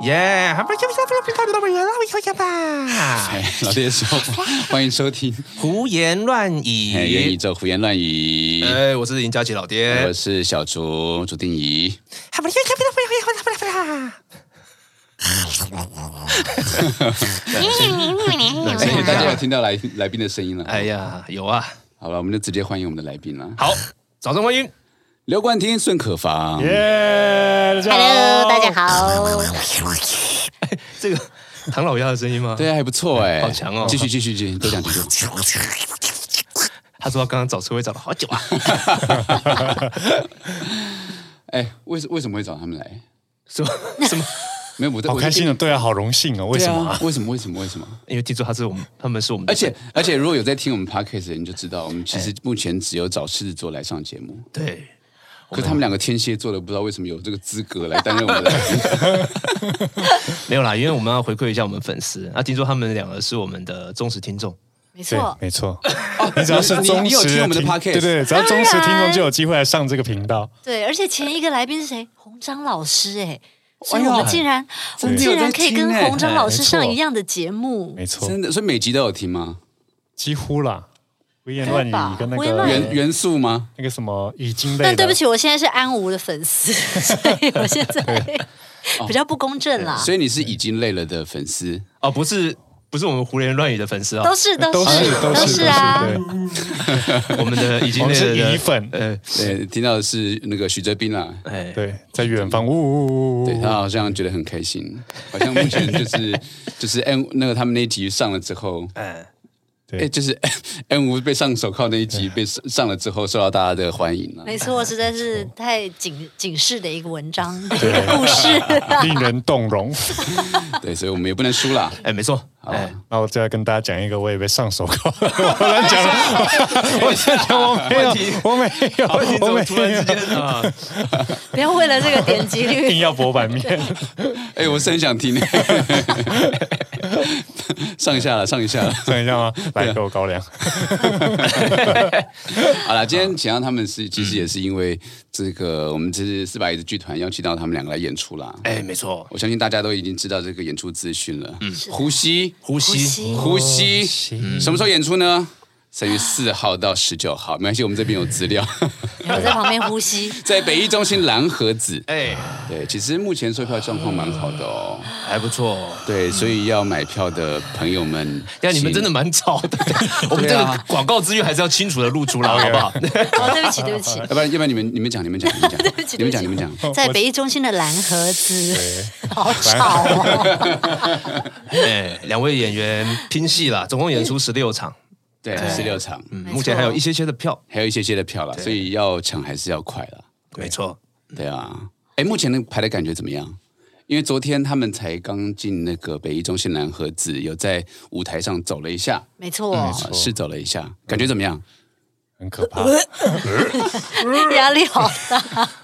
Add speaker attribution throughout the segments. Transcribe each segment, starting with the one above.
Speaker 1: 耶！不要不要不要不要不要不要吧！
Speaker 2: 哎，老爹说，欢迎收听《
Speaker 1: 胡言乱
Speaker 2: 哎愿意
Speaker 1: 语。
Speaker 2: 做胡言乱语》
Speaker 1: 哎，我是林佳琪老
Speaker 3: 哎
Speaker 1: 爹
Speaker 2: 我。是小竹竹定仪。
Speaker 1: 不要不要不要不要不要！
Speaker 2: 哎，大家有听到来来宾的声音了？
Speaker 1: 哎呀，有啊！
Speaker 2: 好了，我们就直接欢迎我们的来宾了。
Speaker 1: 好，掌声欢迎。
Speaker 2: 刘冠廷、孙可芳，
Speaker 3: 耶！大家
Speaker 4: Hello，
Speaker 3: 好，啊
Speaker 4: 大家 好。
Speaker 1: 这个唐老鸭的声音吗？
Speaker 2: 对啊，还不错哎，
Speaker 1: 好强哦
Speaker 2: 继续继续继续，多讲几个。
Speaker 1: 他说他刚刚找车位找了好久 啊。
Speaker 2: 哎，为什为什么会找他们来？
Speaker 1: 什么什么？
Speaker 2: 没有，我在
Speaker 3: 好开心。
Speaker 2: 我
Speaker 3: 哦！对啊，好荣幸哦！为
Speaker 2: 在
Speaker 3: 什
Speaker 2: 对
Speaker 3: 么、
Speaker 2: 啊？为什么？为什么？为什么？
Speaker 1: 因为听说他是我们，他们是我们的，
Speaker 2: 而且而且，如果有在听我们 podcast 的人就知道，我们其实目前只有找狮子座来上节目，
Speaker 1: 对，
Speaker 2: 可他们两个天蝎座的不知道为什么有这个资格来担任我们的来宾。
Speaker 1: 没有啦，因为我们要回馈一下我们粉丝。那听说他们两个是我们的忠实听众，
Speaker 4: 没
Speaker 3: 对
Speaker 4: 错，，
Speaker 3: 没错。 你只要是
Speaker 2: 哦你
Speaker 3: 忠
Speaker 2: 你有
Speaker 3: 实
Speaker 2: 听我们的 podcast
Speaker 3: 对对，只要忠实听众就有机会来上这个频道。
Speaker 4: 对，而且前一个来宾是谁？洪章老师，哎，所以
Speaker 2: 哎呦
Speaker 4: 我们竟然，我们
Speaker 2: 真的
Speaker 4: 竟
Speaker 2: 有在
Speaker 4: 然可以
Speaker 2: 听
Speaker 4: 跟
Speaker 2: 哎
Speaker 4: 洪章老师
Speaker 3: 没错
Speaker 4: 上一样的节目，
Speaker 3: 没错，
Speaker 2: 真的，所以每集都有听吗？
Speaker 3: 几乎啦，胡言乱语
Speaker 4: 对吧
Speaker 3: 跟那
Speaker 4: 胡言乱
Speaker 3: 个
Speaker 4: 语
Speaker 2: 元元素吗？
Speaker 3: 那个什么语境类的。
Speaker 4: 但对不，起，我现在是安吴的粉丝，所以我现在 比较不公正啦。
Speaker 2: 所以你是已经累了的粉丝，
Speaker 1: 哦，不是不是我们胡言乱语的粉丝哦
Speaker 4: 都，是都
Speaker 3: 都
Speaker 4: 是
Speaker 3: 是哎都是
Speaker 4: 是啊，
Speaker 3: 对
Speaker 1: 我们的已经
Speaker 3: 我们是
Speaker 1: 累了的
Speaker 3: 鱼粉
Speaker 1: 呃，
Speaker 2: 对，听到的是那个许哲斌啦，
Speaker 1: 哎，
Speaker 3: 对，在远方，呜呜呜呜
Speaker 2: 对
Speaker 3: 呜
Speaker 2: 他，好像觉得很开心，好像目前就是就是嗯那个他们那一集上了之后，
Speaker 1: 哎，
Speaker 2: 哎，就是 N 五被上手铐那一集被上上了之后，受到大家的欢迎啊了。
Speaker 4: 没错，实在是太警警示的一个文章，一
Speaker 3: 对
Speaker 4: 个故事。
Speaker 3: 令人 动容。
Speaker 2: 对，所以我们也不能输啦。
Speaker 1: 哎，没错， 哎，
Speaker 3: 那我就要跟大家讲一个，我也被上手 铐，我乱讲了，我
Speaker 4: 啊
Speaker 3: 乱讲，我没有
Speaker 1: 冠廷，
Speaker 3: 我没有，
Speaker 1: 好你怎
Speaker 3: 我
Speaker 1: 么
Speaker 3: 没
Speaker 1: 突然之间
Speaker 3: 有，
Speaker 1: 啊？
Speaker 4: 不要为了这个点击
Speaker 3: 硬
Speaker 4: 率，
Speaker 3: 要博版面。
Speaker 2: 哎，我是很想听， 上一下了，上一下了。
Speaker 3: 等一 下吗？
Speaker 4: 啊
Speaker 3: 来，给我高粱。
Speaker 2: 好了，今天请到他们是，其实也是因为这个，我们这是四百一的剧团邀请到他们两个来演出啦。
Speaker 1: 哎，没错，
Speaker 2: 我相信大家都已经知道这个演出资讯了。嗯，呼吸，
Speaker 1: 呼
Speaker 4: 呼
Speaker 1: 吸，
Speaker 4: 吸
Speaker 2: 呼吸，什么时候演出呢？三月四号到十九号，没关系，我们这边有资料，
Speaker 4: 我在旁边呼吸，
Speaker 2: 在北艺中心蓝盒子。
Speaker 1: 哎，
Speaker 2: 对，其实目前售票状况蛮好的哦。
Speaker 1: 还不 错。
Speaker 2: 对，所以要买票的朋友们，
Speaker 1: 呀，你们真的蛮吵 的，我们这
Speaker 2: 对
Speaker 1: 个
Speaker 2: 啊
Speaker 1: 广告资源还是要清楚的露出来，好不 好？
Speaker 4: 哦，对不起，对不起
Speaker 2: 请，，要不然要不然你们你们讲，你们讲，你们讲
Speaker 4: 不起，
Speaker 2: 你们讲，你们
Speaker 4: 对不起
Speaker 2: 讲。
Speaker 4: 在北艺中心的蓝盒子，
Speaker 3: 对
Speaker 4: 好吵哦。
Speaker 1: 哎，两位演员拼戏啦，总共演出十六场，
Speaker 2: 对，十六场，
Speaker 1: 嗯
Speaker 4: 没错
Speaker 1: 目前还有一些些的票，
Speaker 2: 还有一些些的票啦，所以要抢还是要快啦。
Speaker 1: 没错。
Speaker 2: 对啊，哎，目前那个排的感觉怎么样？因为昨天他们才刚进那个北一中心南河子，有在舞台上走了一下，
Speaker 4: 没错，
Speaker 2: 啊试走了一下，感觉怎么样？
Speaker 3: 很可 怕。
Speaker 4: 压力好大，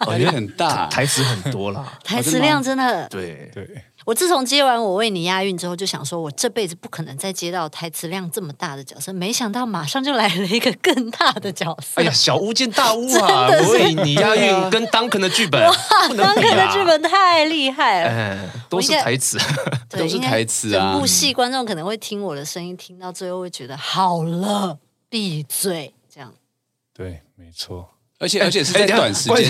Speaker 2: 感觉很大，
Speaker 1: 台词很多啦，
Speaker 4: 台词量真 的。
Speaker 1: 对，
Speaker 3: 对，
Speaker 4: 我自从接完《我为你押韵》之后，就想说，我这辈子不可能再接到台词量这么大的角色。没想到马上就来了一个更大的角色
Speaker 1: 哎呀，。小巫见大巫啊！ 我为你押韵跟 Duncan 的剧本不能
Speaker 4: 当
Speaker 1: 比
Speaker 4: 刻的
Speaker 1: 啊
Speaker 4: 剧，本太厉害了，
Speaker 1: 哎，都是台词，
Speaker 4: 对
Speaker 2: 都是
Speaker 4: 应该
Speaker 2: 台词啊
Speaker 4: 整部戏观众可能会听我的声音，听到最后会觉得好了，闭嘴，这样。
Speaker 3: 对，没错。
Speaker 2: 而且而且 是
Speaker 1: 哎
Speaker 2: 在短时间，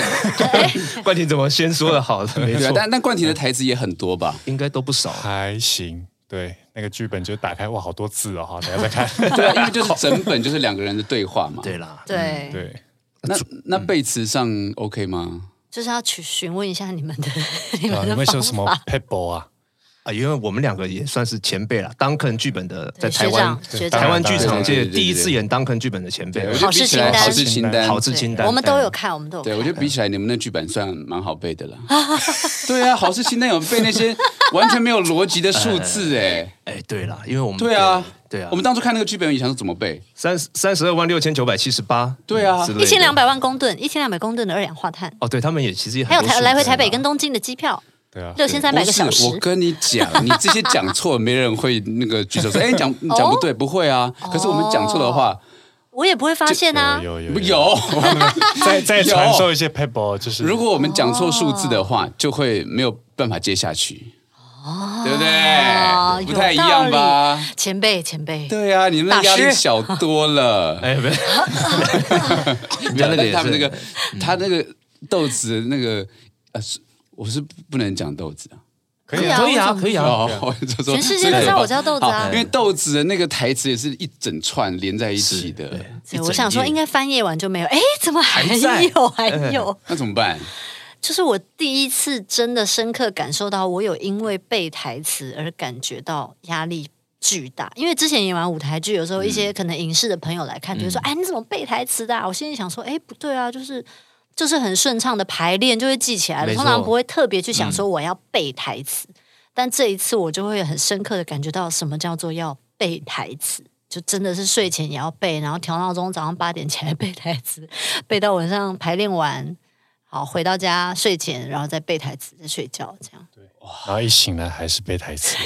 Speaker 1: 冠廷怎么先说的好的？没
Speaker 2: 对啊
Speaker 1: 错，，
Speaker 2: 但但冠廷的台词也很多吧？
Speaker 1: 应该都不少。
Speaker 3: 还行。对，那个剧本就打开，哇，好多字哦，好，等一下再看。
Speaker 2: 对啊，因为就是整本就是两个人的对话嘛。
Speaker 1: 对啦，
Speaker 4: 对，
Speaker 3: 对，
Speaker 2: 那那背词上 OK 吗？
Speaker 4: 就是要去询问一下你们的 你
Speaker 3: 啊
Speaker 4: 们
Speaker 3: 你
Speaker 4: 的方
Speaker 3: 们是
Speaker 4: 法。
Speaker 3: 有什么 pebble 啊？
Speaker 1: 啊，因为我们两个也算是前辈了，Duncan 剧本的在
Speaker 4: 对
Speaker 1: 台
Speaker 4: 学
Speaker 1: 湾
Speaker 4: 长，学
Speaker 1: 台
Speaker 4: 长，
Speaker 1: 湾剧场
Speaker 2: 对对
Speaker 1: 界
Speaker 2: 对对对
Speaker 1: 第一次演 Duncan 剧本的前辈
Speaker 2: 对，我，觉得
Speaker 4: 好
Speaker 2: 比
Speaker 4: 事
Speaker 2: 起
Speaker 4: 清
Speaker 2: 来
Speaker 4: 单
Speaker 2: 好事清单，
Speaker 1: 好字清单，
Speaker 4: 我们都有看，我们都有看。
Speaker 2: 对，我觉得比起来，你们那剧本算蛮好背的了。对啊，好事清单有背那些完全没有逻辑的数字，哎，
Speaker 1: 哎，对啦，因为我们
Speaker 2: 对啊，
Speaker 1: 对啊，
Speaker 2: 我们当初看那个剧本，也想说怎么背，
Speaker 1: 三三十二万六千九百七十八，
Speaker 2: 对啊
Speaker 1: 之类的
Speaker 4: 一千两百万公吨，一千两百公吨的二氧化碳，
Speaker 1: 哦，对他们也其实也很
Speaker 4: 还有
Speaker 1: 多
Speaker 4: 台
Speaker 1: 数啊
Speaker 4: 来回
Speaker 1: 字
Speaker 4: 台北
Speaker 1: 嘛
Speaker 4: 跟东京的机票，
Speaker 3: 对啊，
Speaker 4: 六千三百个小
Speaker 2: 不是
Speaker 4: 时。
Speaker 2: 我跟你讲，你这些讲错，没人会那个举 手说，哎，你讲你讲不
Speaker 1: 哦
Speaker 2: 对，不会啊。可是我们讲错的话，
Speaker 4: 我也不会发现啊。
Speaker 3: 有有
Speaker 2: 不，有。
Speaker 3: 再再传授一些 pebble，就是
Speaker 2: 如果我们讲错数字的话，就会没有办法接下去。对不
Speaker 4: 哦
Speaker 2: 对？不太一样吧？
Speaker 4: 前辈，前辈，
Speaker 2: 对啊，你们压
Speaker 4: 大
Speaker 2: 力
Speaker 4: 师
Speaker 2: 小多了。
Speaker 1: 哎， 不是，那个也是
Speaker 2: 没有但他们那
Speaker 1: 嗯
Speaker 2: 个，他那个豆子那个呃，是我是不能讲豆子啊。
Speaker 3: 可
Speaker 4: 以
Speaker 3: 以
Speaker 4: 啊
Speaker 3: 啊，
Speaker 1: 可以啊，
Speaker 4: 为什么
Speaker 1: 可以啊，
Speaker 2: 哦，我就说
Speaker 4: 全世界都知道我叫豆子啊
Speaker 2: 好因为豆子的那个台词也是一整串连在一起
Speaker 1: 是
Speaker 2: 的
Speaker 1: 对，
Speaker 4: 对我想说应
Speaker 1: 该
Speaker 4: 该翻页完就没有，哎，怎么还
Speaker 1: 还在
Speaker 4: 有还有？
Speaker 2: 那怎么办？
Speaker 4: 就是我第一次真的深刻感受到，我有因为背台词而感觉到压力。巨大，因为之前演完舞台剧，有时候一
Speaker 1: 嗯
Speaker 4: 些可能影视的朋友来看，就会说：“哎，你怎么背台词的、啊？”我心里想说：“哎，不对啊，就是就是很顺畅的排练就会记起来了，
Speaker 1: 没
Speaker 4: 通
Speaker 1: 错
Speaker 4: 常不会特别去想说我要背台词。但这一次，我就会很深刻的感觉到什么叫做要背台词，就真的是睡前也要背，然后调闹钟，早上八点起来背台词，背到晚上排练完，好，回到家睡前，然后再背台词，再睡觉，这样。
Speaker 3: 然后一醒来还是背台词，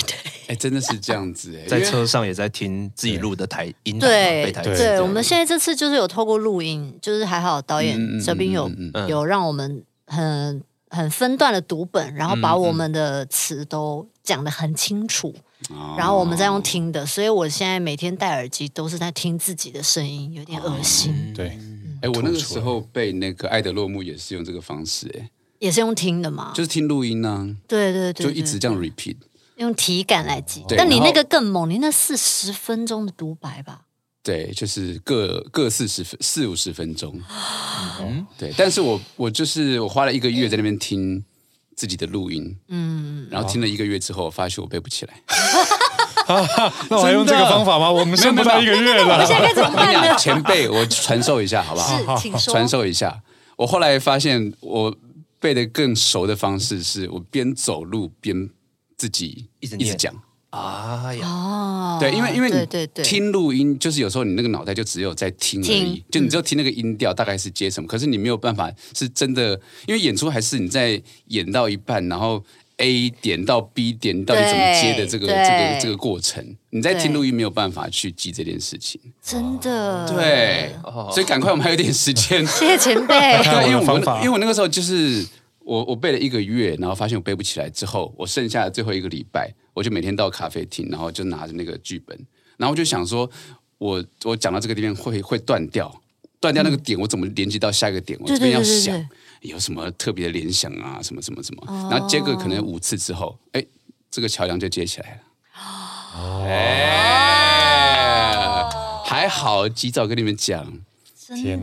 Speaker 2: 哎，真的是这样子哎，
Speaker 1: 在
Speaker 2: 因为
Speaker 1: 车上也在听自己录的台音档嘛，
Speaker 4: 对
Speaker 1: 背台
Speaker 3: 对
Speaker 1: 词这样
Speaker 4: 我们现在这次就是有透过录音，就是还好导
Speaker 2: 嗯嗯
Speaker 4: 演
Speaker 2: 嗯
Speaker 4: 这边有、
Speaker 2: 嗯
Speaker 1: 嗯
Speaker 4: 有让我们很很分段的读本，
Speaker 2: 嗯
Speaker 4: 然后把我们的词都讲得很清楚，
Speaker 2: 哦
Speaker 4: 然后我们再用听的，所以我现在每天戴耳机都是在听自己的声音，有点恶心，
Speaker 3: 对，
Speaker 4: 嗯
Speaker 2: 哎，我那个时候被那个《爱的落幕》也是用这个方式哎，
Speaker 4: 也是用听的嘛，
Speaker 2: 就是听录音呢，
Speaker 4: 对对对
Speaker 2: 就
Speaker 4: 对，
Speaker 2: 一直这样 repeat。
Speaker 4: 用体感来记。
Speaker 2: 对
Speaker 4: 但你
Speaker 2: 然后
Speaker 4: 那个更猛，你那四十分钟的独白吧，
Speaker 2: 对，就是各各四十分四五十分钟，嗯对。但是我我就是我花了一个月在那边听自己的录音，
Speaker 4: 嗯，
Speaker 2: 然后听了一个月之后，我发现我背不起来。
Speaker 3: 那我还用这个方法吗？我们剩不到一个月
Speaker 4: 我
Speaker 3: 了
Speaker 4: 们，现在该怎么
Speaker 2: 我跟你
Speaker 4: 办
Speaker 2: 讲，
Speaker 4: 呢？
Speaker 2: 哎前辈，我传授一下好不好？
Speaker 4: 是，请说。
Speaker 2: 传授一下。我后来发现，我背的更熟的方式是我边走路边自己
Speaker 1: 一直
Speaker 2: 一直
Speaker 1: 念
Speaker 2: 讲。
Speaker 1: 哎呀，
Speaker 4: 哦，
Speaker 2: 对，因为因为
Speaker 4: 对
Speaker 2: 你
Speaker 4: 对对，
Speaker 2: 听录音，就是有时候你那个脑袋就只有在听而已
Speaker 4: 听，嗯
Speaker 2: 就你只有听那个音调大概是接什么，可是你没有办法是真的，因为演出还是你在演到一半，然后 A 点到 B 点到底怎么接的这个这
Speaker 4: 对
Speaker 2: 个
Speaker 4: 对
Speaker 2: 这个过程，你在
Speaker 4: 对
Speaker 2: 听录音没有办法去记这件事情，
Speaker 4: 真的，
Speaker 2: 对，
Speaker 4: 哦
Speaker 2: 所以赶快我们还有点时间，
Speaker 4: 谢谢前 辈。
Speaker 2: 对，因为
Speaker 3: 我的
Speaker 2: 我
Speaker 3: 方
Speaker 2: 那
Speaker 3: 法
Speaker 2: 因为我那个时候就是我我背了一个月，然后发现我背不起来，之后我剩下的最后一个礼拜，我就每天到咖啡厅，然后就拿着那个剧本，然后我就想说，我我讲到这个地方会会断掉，断掉那个点，我怎么连接到下一个点？我
Speaker 4: 嗯对
Speaker 2: 这边
Speaker 4: 对
Speaker 2: 要
Speaker 4: 对对
Speaker 2: 想
Speaker 4: 对哦
Speaker 2: 有什么特别的联想啊，什么什么什么，然后接个可能五次之后，哎，这个桥梁就接起来了。
Speaker 3: 哦
Speaker 2: 哎，还好及早跟你们讲。
Speaker 3: 天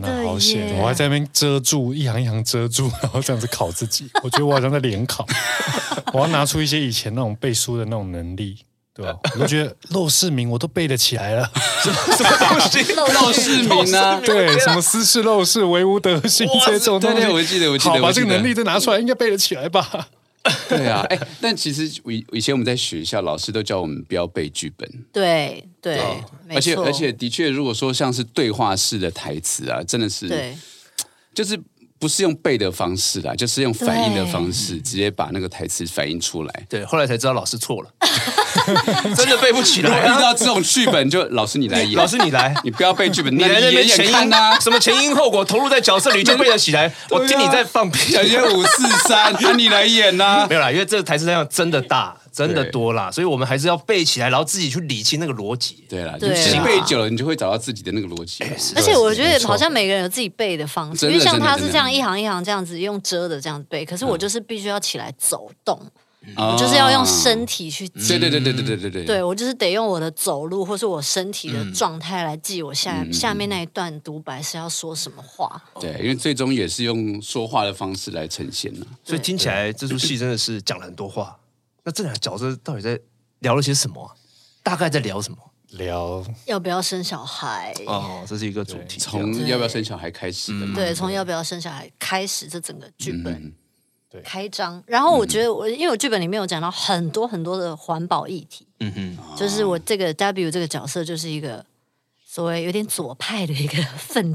Speaker 4: 真
Speaker 3: 哪，
Speaker 4: 的
Speaker 3: 好险！
Speaker 4: 耶！
Speaker 3: 我还在那边遮住，一行一行遮住， 然后这样子考自己。 我觉得我好像在联考， 我要拿出一些以前那种背书的那种能力，对吧？我都觉得陋室铭我都背得起来 了，
Speaker 2: 赵世民呢？
Speaker 3: 对，什么私事陋室、唯吾德性这种东
Speaker 2: 对
Speaker 3: 西，
Speaker 2: 对，我记得，我记得，
Speaker 3: 好
Speaker 2: 我
Speaker 3: 把
Speaker 2: 记
Speaker 3: 这个
Speaker 2: 得
Speaker 3: 能力再拿出来，应该背得起来吧？
Speaker 2: 对啊，哎、但其实以以前我们在学校，老师都叫我们不要背剧本，
Speaker 4: 对对，没
Speaker 2: 而且
Speaker 4: 错
Speaker 2: 而且的确，如果说像是对话式的台词啊，真的是
Speaker 4: 对
Speaker 2: 就是不是用背的方式啦，就是用反应的
Speaker 4: 对
Speaker 2: 方式，直接把那个台词反映出来。
Speaker 1: 对，后来才知道老师错 了， 真的背不起
Speaker 2: 如果
Speaker 1: 来
Speaker 2: 遇
Speaker 1: 啊。
Speaker 2: 到这种剧本，就老师你来演，
Speaker 1: 老师，你来，
Speaker 2: 你不要背剧本，
Speaker 1: 你来这
Speaker 2: 演
Speaker 1: 边
Speaker 2: 演
Speaker 1: 前
Speaker 2: 看
Speaker 1: 因
Speaker 2: 呐、啊。
Speaker 1: 什么前因后果投入在角色里就背得 起来。我听你在放屁
Speaker 2: 小，学五四三，那你来演呐、
Speaker 1: 没有啦，因为这个台词量真的大，真的
Speaker 2: 对
Speaker 1: 多啦，所以我们还是要背起来，然后自己去理清那个逻辑。
Speaker 2: 对啦，就
Speaker 4: 对啊
Speaker 2: 戏背久了，你就会找到自己的那个逻辑
Speaker 1: 哎
Speaker 2: 了。
Speaker 4: 而且我觉得好像每个人有自己背的方式，因为
Speaker 2: 真的
Speaker 4: 像他
Speaker 2: 真
Speaker 4: 是
Speaker 2: 的
Speaker 4: 这样一行一行这样子用遮的这样背，可是我就是必须要起来走动，
Speaker 2: 啊
Speaker 1: 哦
Speaker 4: 我就是要用身。体去记
Speaker 2: 对对对对对对对对。
Speaker 4: 对我就是得用我的走路或是我身体
Speaker 2: 嗯
Speaker 4: 的状态来记我下、下面那一段独白是要说什么话。
Speaker 1: 哦
Speaker 2: 对，因为最终也是用说话的方式来呈现啊了。
Speaker 1: 所以听起来这出戏真的是讲了很多话。那这两个角色到底在聊了些什么啊、大概在聊什么？
Speaker 3: 聊
Speaker 4: 要不要生小孩？
Speaker 1: 哦，这是一个主题。这样
Speaker 2: 从要不要生小孩开始的嘛，
Speaker 3: 嗯
Speaker 2: 嗯
Speaker 4: 对，从要不要生小孩开始，这整个剧本、
Speaker 3: 对
Speaker 4: 开张。然后我
Speaker 1: 嗯
Speaker 4: 觉得我，因为我剧本里面有讲到很多很多的环保议题，
Speaker 1: 嗯哼，
Speaker 4: 就是我这个 W 这个角色就是一个所谓有点左派的一个 愤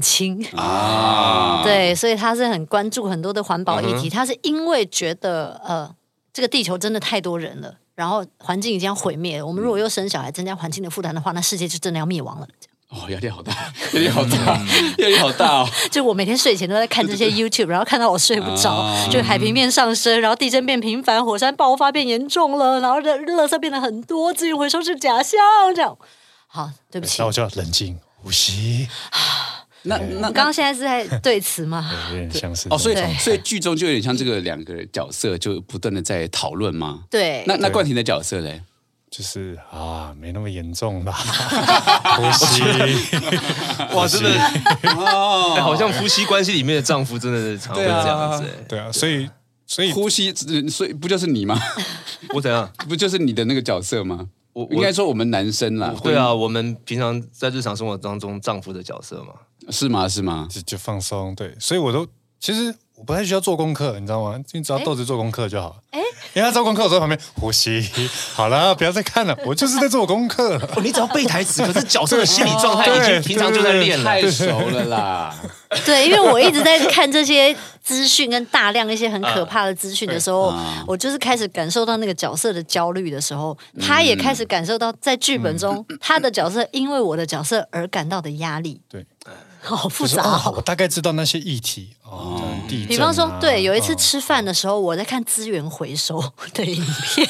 Speaker 4: 青。
Speaker 2: 啊，
Speaker 4: 对，所以他是很关注很多的环保议
Speaker 1: 嗯
Speaker 4: 题。他是因为觉得呃，这个地球真的太多人
Speaker 1: 嗯
Speaker 4: 了，然后环境已经要毁灭了。我们如果又生小孩，增加环境的负担的话，那世界就真的要灭亡了。
Speaker 2: 哦，压力 好大，压力好大，
Speaker 3: 嗯
Speaker 2: 压力好大哦。
Speaker 4: 就我每天睡前都在看这些 YouTube，然后看到我睡不着
Speaker 2: 啊，
Speaker 4: 就海平面上升，然后地震变频繁，火山爆发变严重了，然后热垃圾变得很多，资源回收是假象，这样。好，对不起，
Speaker 3: 哎那我就要冷静呼吸，
Speaker 2: 那那
Speaker 4: 我刚刚现在是在对词吗？
Speaker 3: 对有点像是
Speaker 2: 哦，所以
Speaker 3: 这种
Speaker 2: 所以剧中就有点像这个两个角色就不断的在讨论嘛。
Speaker 4: 对，
Speaker 2: 那那冠廷的角色嘞？
Speaker 3: 就是啊，没那么严重 啦，呼吸，
Speaker 1: 哇，真的，哎
Speaker 2: 哦，
Speaker 1: 好像夫妻关系里面的丈夫真的是常会
Speaker 2: 对啊
Speaker 1: 这样子。哎
Speaker 3: 对啊，所以所以
Speaker 2: 呼吸，呃所以不就是你吗？
Speaker 1: 哎我怎样？
Speaker 2: 不就是你的那个角色吗？
Speaker 1: 我我
Speaker 2: 应该说我们男生啦，
Speaker 1: 对啊，我们平常在日常生活当中，丈夫的角色嘛，
Speaker 2: 婚姻，是吗？是吗？
Speaker 3: 就就放松，对，所以我都其实我不太需要做功课，你知道吗？你
Speaker 4: 哎
Speaker 3: 只要豆子做功课就好。哎、因为他做功课，我在旁边呼吸， 好了，不要再看了，我就是在做功课了。
Speaker 1: 哦，你只要背台词，可是角色的心理状态已
Speaker 3: 对
Speaker 1: 经平常就在练了。
Speaker 2: 太熟了啦，
Speaker 4: 对，因为我一直在看这些资讯跟大量一些很可怕的资讯的时 候，
Speaker 3: 啊
Speaker 4: 我就是开始感受到那个角色的焦虑的时候，他也开始感受到在剧本中、
Speaker 3: 嗯
Speaker 4: 他的角色因为我的角色而感到的压力。
Speaker 3: 对，
Speaker 4: 好复
Speaker 3: 我说
Speaker 4: 杂、
Speaker 3: 哦，
Speaker 4: 哦。
Speaker 3: 我大概知道那些议题哦，像地震、啊。
Speaker 4: 比方说，对，有一次
Speaker 3: 哦
Speaker 4: 吃饭的时候，我在看资源回收 的影片，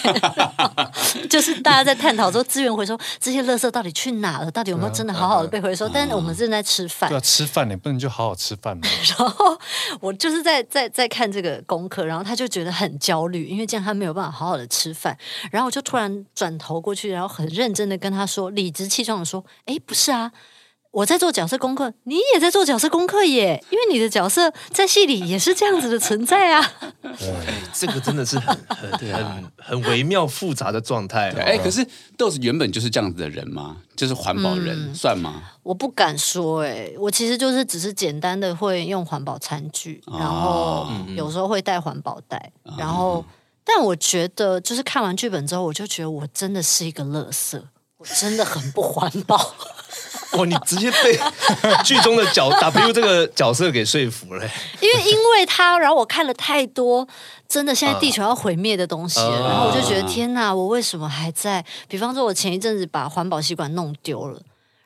Speaker 4: 就是大家在探讨说资源回收这些垃圾到底去哪了，到底有没有真的好好
Speaker 3: 嗯
Speaker 4: 的被回收？但是我们正在吃饭
Speaker 3: 对，啊，吃饭你不能就好好吃饭嘛。
Speaker 4: 然后我就是在在在看这个功课，然后他就觉得很焦虑，因为这样他没有办法好好的吃饭。然后我就突然转头过去，然后很认真的跟他说，理直气壮的说：“哎，不是啊，我在做角色功课，你也在做角色功课耶，因为你的角色在戏里也是这样子的存在啊。
Speaker 1: 这个真的是很很很很微妙复杂的状态哦。
Speaker 2: 哎，可是豆子原本就是这样子的人吗？就是环保
Speaker 4: 嗯
Speaker 2: 人算吗？”
Speaker 4: 我不敢说、哎，我其实就是只是简单的会用环保餐具，然后有时候会带环保袋，然后。但我觉得，就是看完剧本之后，我就觉得我真的是一个垃圾，我真的很不环保。
Speaker 1: 哇，你直接 被剧中的角 W 这个角色给说服了。
Speaker 4: 因为因为他，然后我看了太多真的现在地球要毁灭的东西了，
Speaker 1: 啊
Speaker 4: 然后我就觉得天哪，我为什么还在？比方说，我前一阵子把环保吸管弄丢了。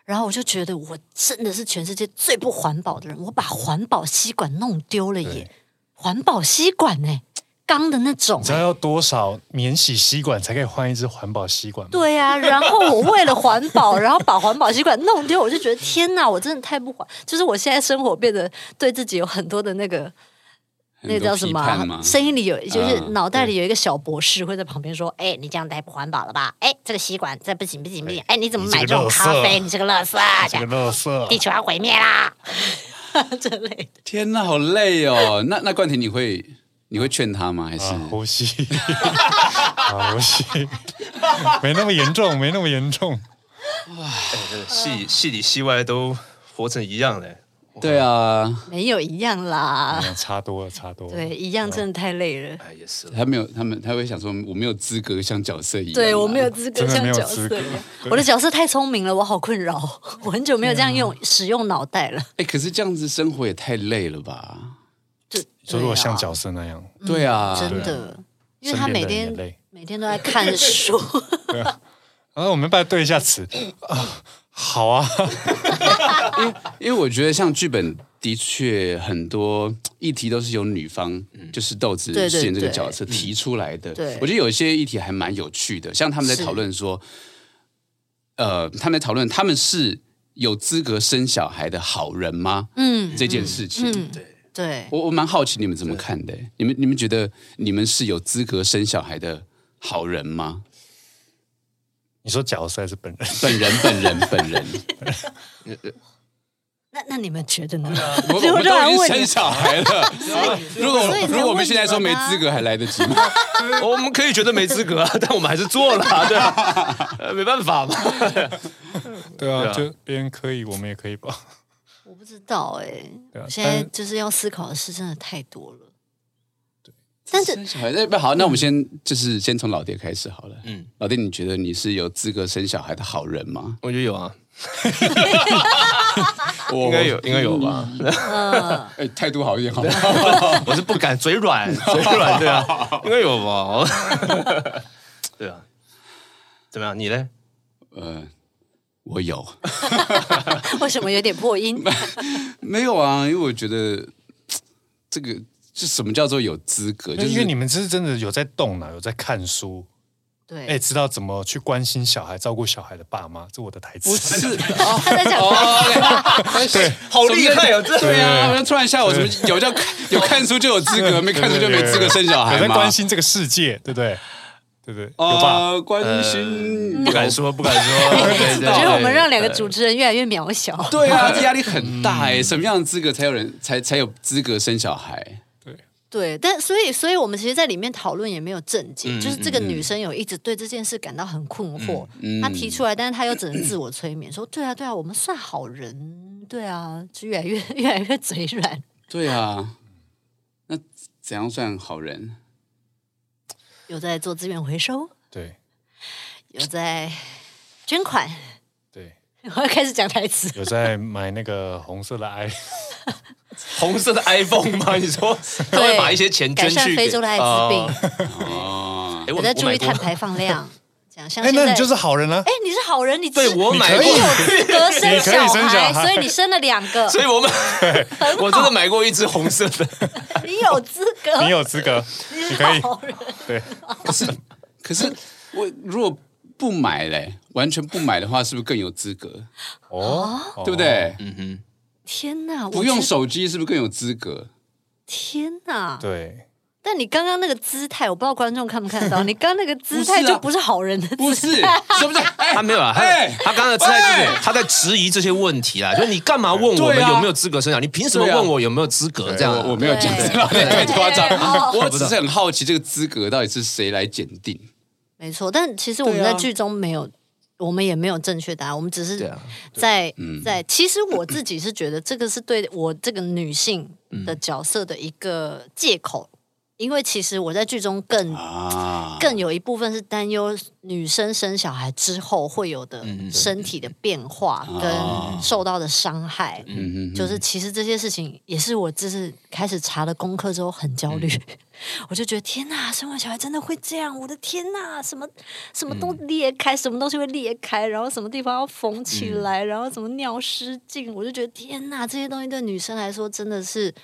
Speaker 4: 然后我就觉得我真的是全世界最不环保的人，我把环保吸管弄丢了耶
Speaker 3: 对！
Speaker 4: 环保吸管呢、钢的那种
Speaker 3: 你知道要多少免洗吸管才可以换一支环保吸管吗？
Speaker 4: 对呀、然后我为了环保，然后把环保吸管弄丢，我就觉得天哪，我真的太不环，就是我现在生活变得对自己有很多的那个。那个叫什么
Speaker 2: 很多批
Speaker 4: 啊
Speaker 2: 判？吗
Speaker 4: 声音里有，就是
Speaker 2: 嗯
Speaker 4: 脑袋里有一个小博士会在旁边说：“哎，你这样太不环保了吧？哎，这个吸管这不行不行不行！哎，你怎么
Speaker 3: 你这
Speaker 4: 买
Speaker 3: 个
Speaker 4: 这种
Speaker 3: 垃圾
Speaker 4: 咖啡？你这个垃圾！啊 这
Speaker 3: 这个
Speaker 4: 样
Speaker 3: 垃圾
Speaker 4: 地。球要毁灭啦！” 这类的。
Speaker 2: 天哪，好累哦。那那冠廷你会你会劝他吗？还是
Speaker 3: 啊，呼吸， 啊，呼吸， 没那么严重，没那么严重。
Speaker 1: 哎
Speaker 4: 嗯
Speaker 1: 戏戏里戏外都活成一样嘞。
Speaker 2: 对啊，
Speaker 4: 没有一样啦，
Speaker 3: 啊差多了，差多了。
Speaker 4: 对，一样真的太累
Speaker 3: 哦
Speaker 4: 了。
Speaker 1: 哎，也是啦。
Speaker 2: 他没有，他们他会想说我没有资格像角色一样啊。
Speaker 4: 对我没有资格
Speaker 3: 真的
Speaker 4: 像
Speaker 3: 没有
Speaker 4: 角
Speaker 3: 资
Speaker 4: 色
Speaker 3: 格
Speaker 4: 一 样，我的角色太聪明了，我好困扰， 我很久没有这样用、
Speaker 3: 啊
Speaker 4: 使用脑袋了。
Speaker 2: 哎，可是这样子生活也太累了吧？
Speaker 4: 就
Speaker 3: 就如果像
Speaker 4: 对啊
Speaker 3: 角色那样，
Speaker 2: 对啊，
Speaker 4: 嗯真的，因为他每
Speaker 3: 身边的
Speaker 4: 天
Speaker 3: 人也累
Speaker 4: 每天都在看书，
Speaker 3: 然啊后我们把它对一下词啊，好啊，
Speaker 2: 因为我觉得像剧本的确很多议题都是由女方，就是豆子
Speaker 4: 对对
Speaker 2: 饰演这个
Speaker 4: 对嗯
Speaker 2: 角色提出来的。
Speaker 4: 对
Speaker 2: 我觉得有一些议题还蛮有趣的，像他们在
Speaker 4: 是
Speaker 2: 讨论说，呃，他们在讨论他们是有资格生小孩的好人吗？
Speaker 4: 嗯
Speaker 2: 这件事情，
Speaker 4: 嗯，对，
Speaker 2: 我我蛮好奇你们怎么看的、欸你们你们觉得你们是有资格生小孩的好人吗？
Speaker 3: 你说角色还是本人？
Speaker 2: 本人本人本人，
Speaker 4: 那那你们觉得呢？
Speaker 2: 我
Speaker 4: 就
Speaker 2: 我们
Speaker 4: 让
Speaker 2: 都
Speaker 4: 人
Speaker 2: 已经
Speaker 4: 问
Speaker 2: 生
Speaker 4: 你
Speaker 2: 小孩了，如果
Speaker 4: 所以才
Speaker 2: 如果我们
Speaker 4: 问
Speaker 2: 现在
Speaker 4: 你
Speaker 2: 说
Speaker 4: 们
Speaker 2: 没
Speaker 4: 啊
Speaker 2: 资格，还来得及吗？
Speaker 1: 我们可以觉得没资格啊，但我们还是做了、啊，对吧、呃没办法嘛。
Speaker 3: 对啊，
Speaker 1: 对啊
Speaker 3: 就别人可以，我们也可以吧？
Speaker 4: 我不知道哎、
Speaker 3: 对啊
Speaker 4: 我现
Speaker 3: 但
Speaker 4: 在
Speaker 3: 是
Speaker 4: 就是要思考的事真的太多了。 但是嗯
Speaker 2: 生小孩，那那好，那我们先就是先从老爹开始好了。嗯
Speaker 1: 嗯，
Speaker 2: 老爹，你觉得你是有资格生小孩的好人吗？
Speaker 1: 我觉得有啊，
Speaker 2: 我
Speaker 1: 应该有，应该有吧。
Speaker 2: 哎，态度好一点好不好？
Speaker 1: 我是不敢，嘴软，嘴软，对 啊，应该有 吧。对啊，怎么样？你嘞？
Speaker 2: 呃，我有，
Speaker 4: 为什么有点破音？
Speaker 2: 没有啊？因为我觉得这个这什么叫做有资格？就是
Speaker 3: 因为你们是真的有在动脑，有在看书，
Speaker 4: 对，
Speaker 3: 哎，知道怎么去关心小孩、照顾小孩的爸妈，这我的台词。
Speaker 2: 不 是哦
Speaker 4: 他在讲
Speaker 2: 对，
Speaker 1: 好厉害哦！这
Speaker 2: 对啊！突然吓我，什么有叫有看书就有资格，没看书就没资格生小孩
Speaker 3: 有在
Speaker 2: 嘛？
Speaker 3: 关心这个世界，对不对？对不对？有吧？
Speaker 2: 啊，关心
Speaker 1: 不敢说，不敢 说。对对
Speaker 4: 嗯我觉得我们让两个
Speaker 1: 对
Speaker 4: 主持人越来越渺小。
Speaker 2: 对啊，这压力很大哎、什么样的资格才有人才才有资格生小孩？
Speaker 4: 对，但所以，所以我们其实，在里面讨论也没有正解，
Speaker 1: 嗯
Speaker 4: 就是这个女生有一直对这件事感到很困惑，她提出来，但是她又只能自我催眠，说：“对啊，对啊，我们算好人，对啊，就越来越 越来越嘴软。
Speaker 2: 对啊，那怎样算好人？”
Speaker 4: 有在做资源回收，
Speaker 3: 对
Speaker 4: 有在捐款，
Speaker 3: 对，
Speaker 4: 我要开始讲台词。
Speaker 3: 有在买那个红色的 i，
Speaker 1: 红色 的 iPhone 吗？你 说他会把一些钱
Speaker 4: 改
Speaker 1: 捐
Speaker 4: 善
Speaker 1: 去
Speaker 4: 非洲的艾滋
Speaker 1: 哦
Speaker 4: 病，
Speaker 2: 哦，
Speaker 1: 哎，
Speaker 4: 有
Speaker 1: 我
Speaker 4: 在
Speaker 1: 我
Speaker 4: 注
Speaker 1: 买
Speaker 4: 意
Speaker 1: 过
Speaker 4: 碳排放 量，讲像
Speaker 3: 哎，
Speaker 4: 现在，
Speaker 3: 那你就是好人啊
Speaker 4: 哎，！你是好人，你
Speaker 1: 对
Speaker 4: 知
Speaker 1: 我买
Speaker 3: 可以
Speaker 1: 过，
Speaker 4: 资格生
Speaker 3: 你可以
Speaker 4: 小
Speaker 3: 生小
Speaker 4: 孩，
Speaker 3: 孩
Speaker 4: 所以你生了两个，
Speaker 1: 所以我 买，我真的买过一只红色的。
Speaker 4: 你有资格，
Speaker 3: 你有资格，你可以。
Speaker 4: 好人。
Speaker 3: 对，
Speaker 2: 可是可是我如果不买嘞，完全不买的话，是不是更有资格？
Speaker 3: 哦，
Speaker 2: 对不？对？
Speaker 1: 嗯哼，
Speaker 4: 天哪，我
Speaker 2: 不用
Speaker 4: 觉得
Speaker 2: 手机是不是更有资格？
Speaker 4: 天哪！
Speaker 3: 对，
Speaker 4: 但你刚刚那个姿态，我不知道观众看不看 到，你刚刚那个姿
Speaker 2: 不
Speaker 4: 态
Speaker 2: 是啊
Speaker 4: 就不是好人的
Speaker 2: 不
Speaker 4: 姿
Speaker 2: 是，
Speaker 4: 态。
Speaker 2: 是不是？哎
Speaker 1: 他没有啊，他
Speaker 2: 哎
Speaker 1: 他刚刚的姿态就
Speaker 2: 喂
Speaker 1: 是他在质疑这些问题啊啦，就是你干嘛问我们
Speaker 2: 对啊
Speaker 1: 有没有资格生小孩？你凭什么
Speaker 2: 对啊
Speaker 1: 问我有没有资格这样啊？
Speaker 2: 我我没有讲这个，太夸张
Speaker 4: 对哦。
Speaker 2: 我只是很好奇，这个资格到底是谁来检定？
Speaker 4: 没错，但其实我们
Speaker 2: 对啊
Speaker 4: 在剧中没有，我们也没有正确答案，我们只
Speaker 1: 对
Speaker 4: 是
Speaker 1: 啊，
Speaker 4: 在
Speaker 2: 嗯
Speaker 4: 在。其实我自己是觉得这个是对我这个女性
Speaker 1: 嗯
Speaker 4: 的角色的一个借口，因为其实我在剧中更
Speaker 2: 啊，
Speaker 4: 更有一部分是担忧女生生小孩之后会有
Speaker 1: 嗯
Speaker 4: 的身体的变化
Speaker 2: 啊
Speaker 4: 跟受到的伤害。
Speaker 2: 嗯
Speaker 4: 就是其实这些事情也是我就是开始查了功课之后很焦虑， 我就觉得天哪，生完小孩真的会这样，我的天哪，什么什么都裂开，什么东西会裂开，然后什么地方要缝起来，然后什么尿失禁，我就觉得天哪，这些东西对女生来说真的是。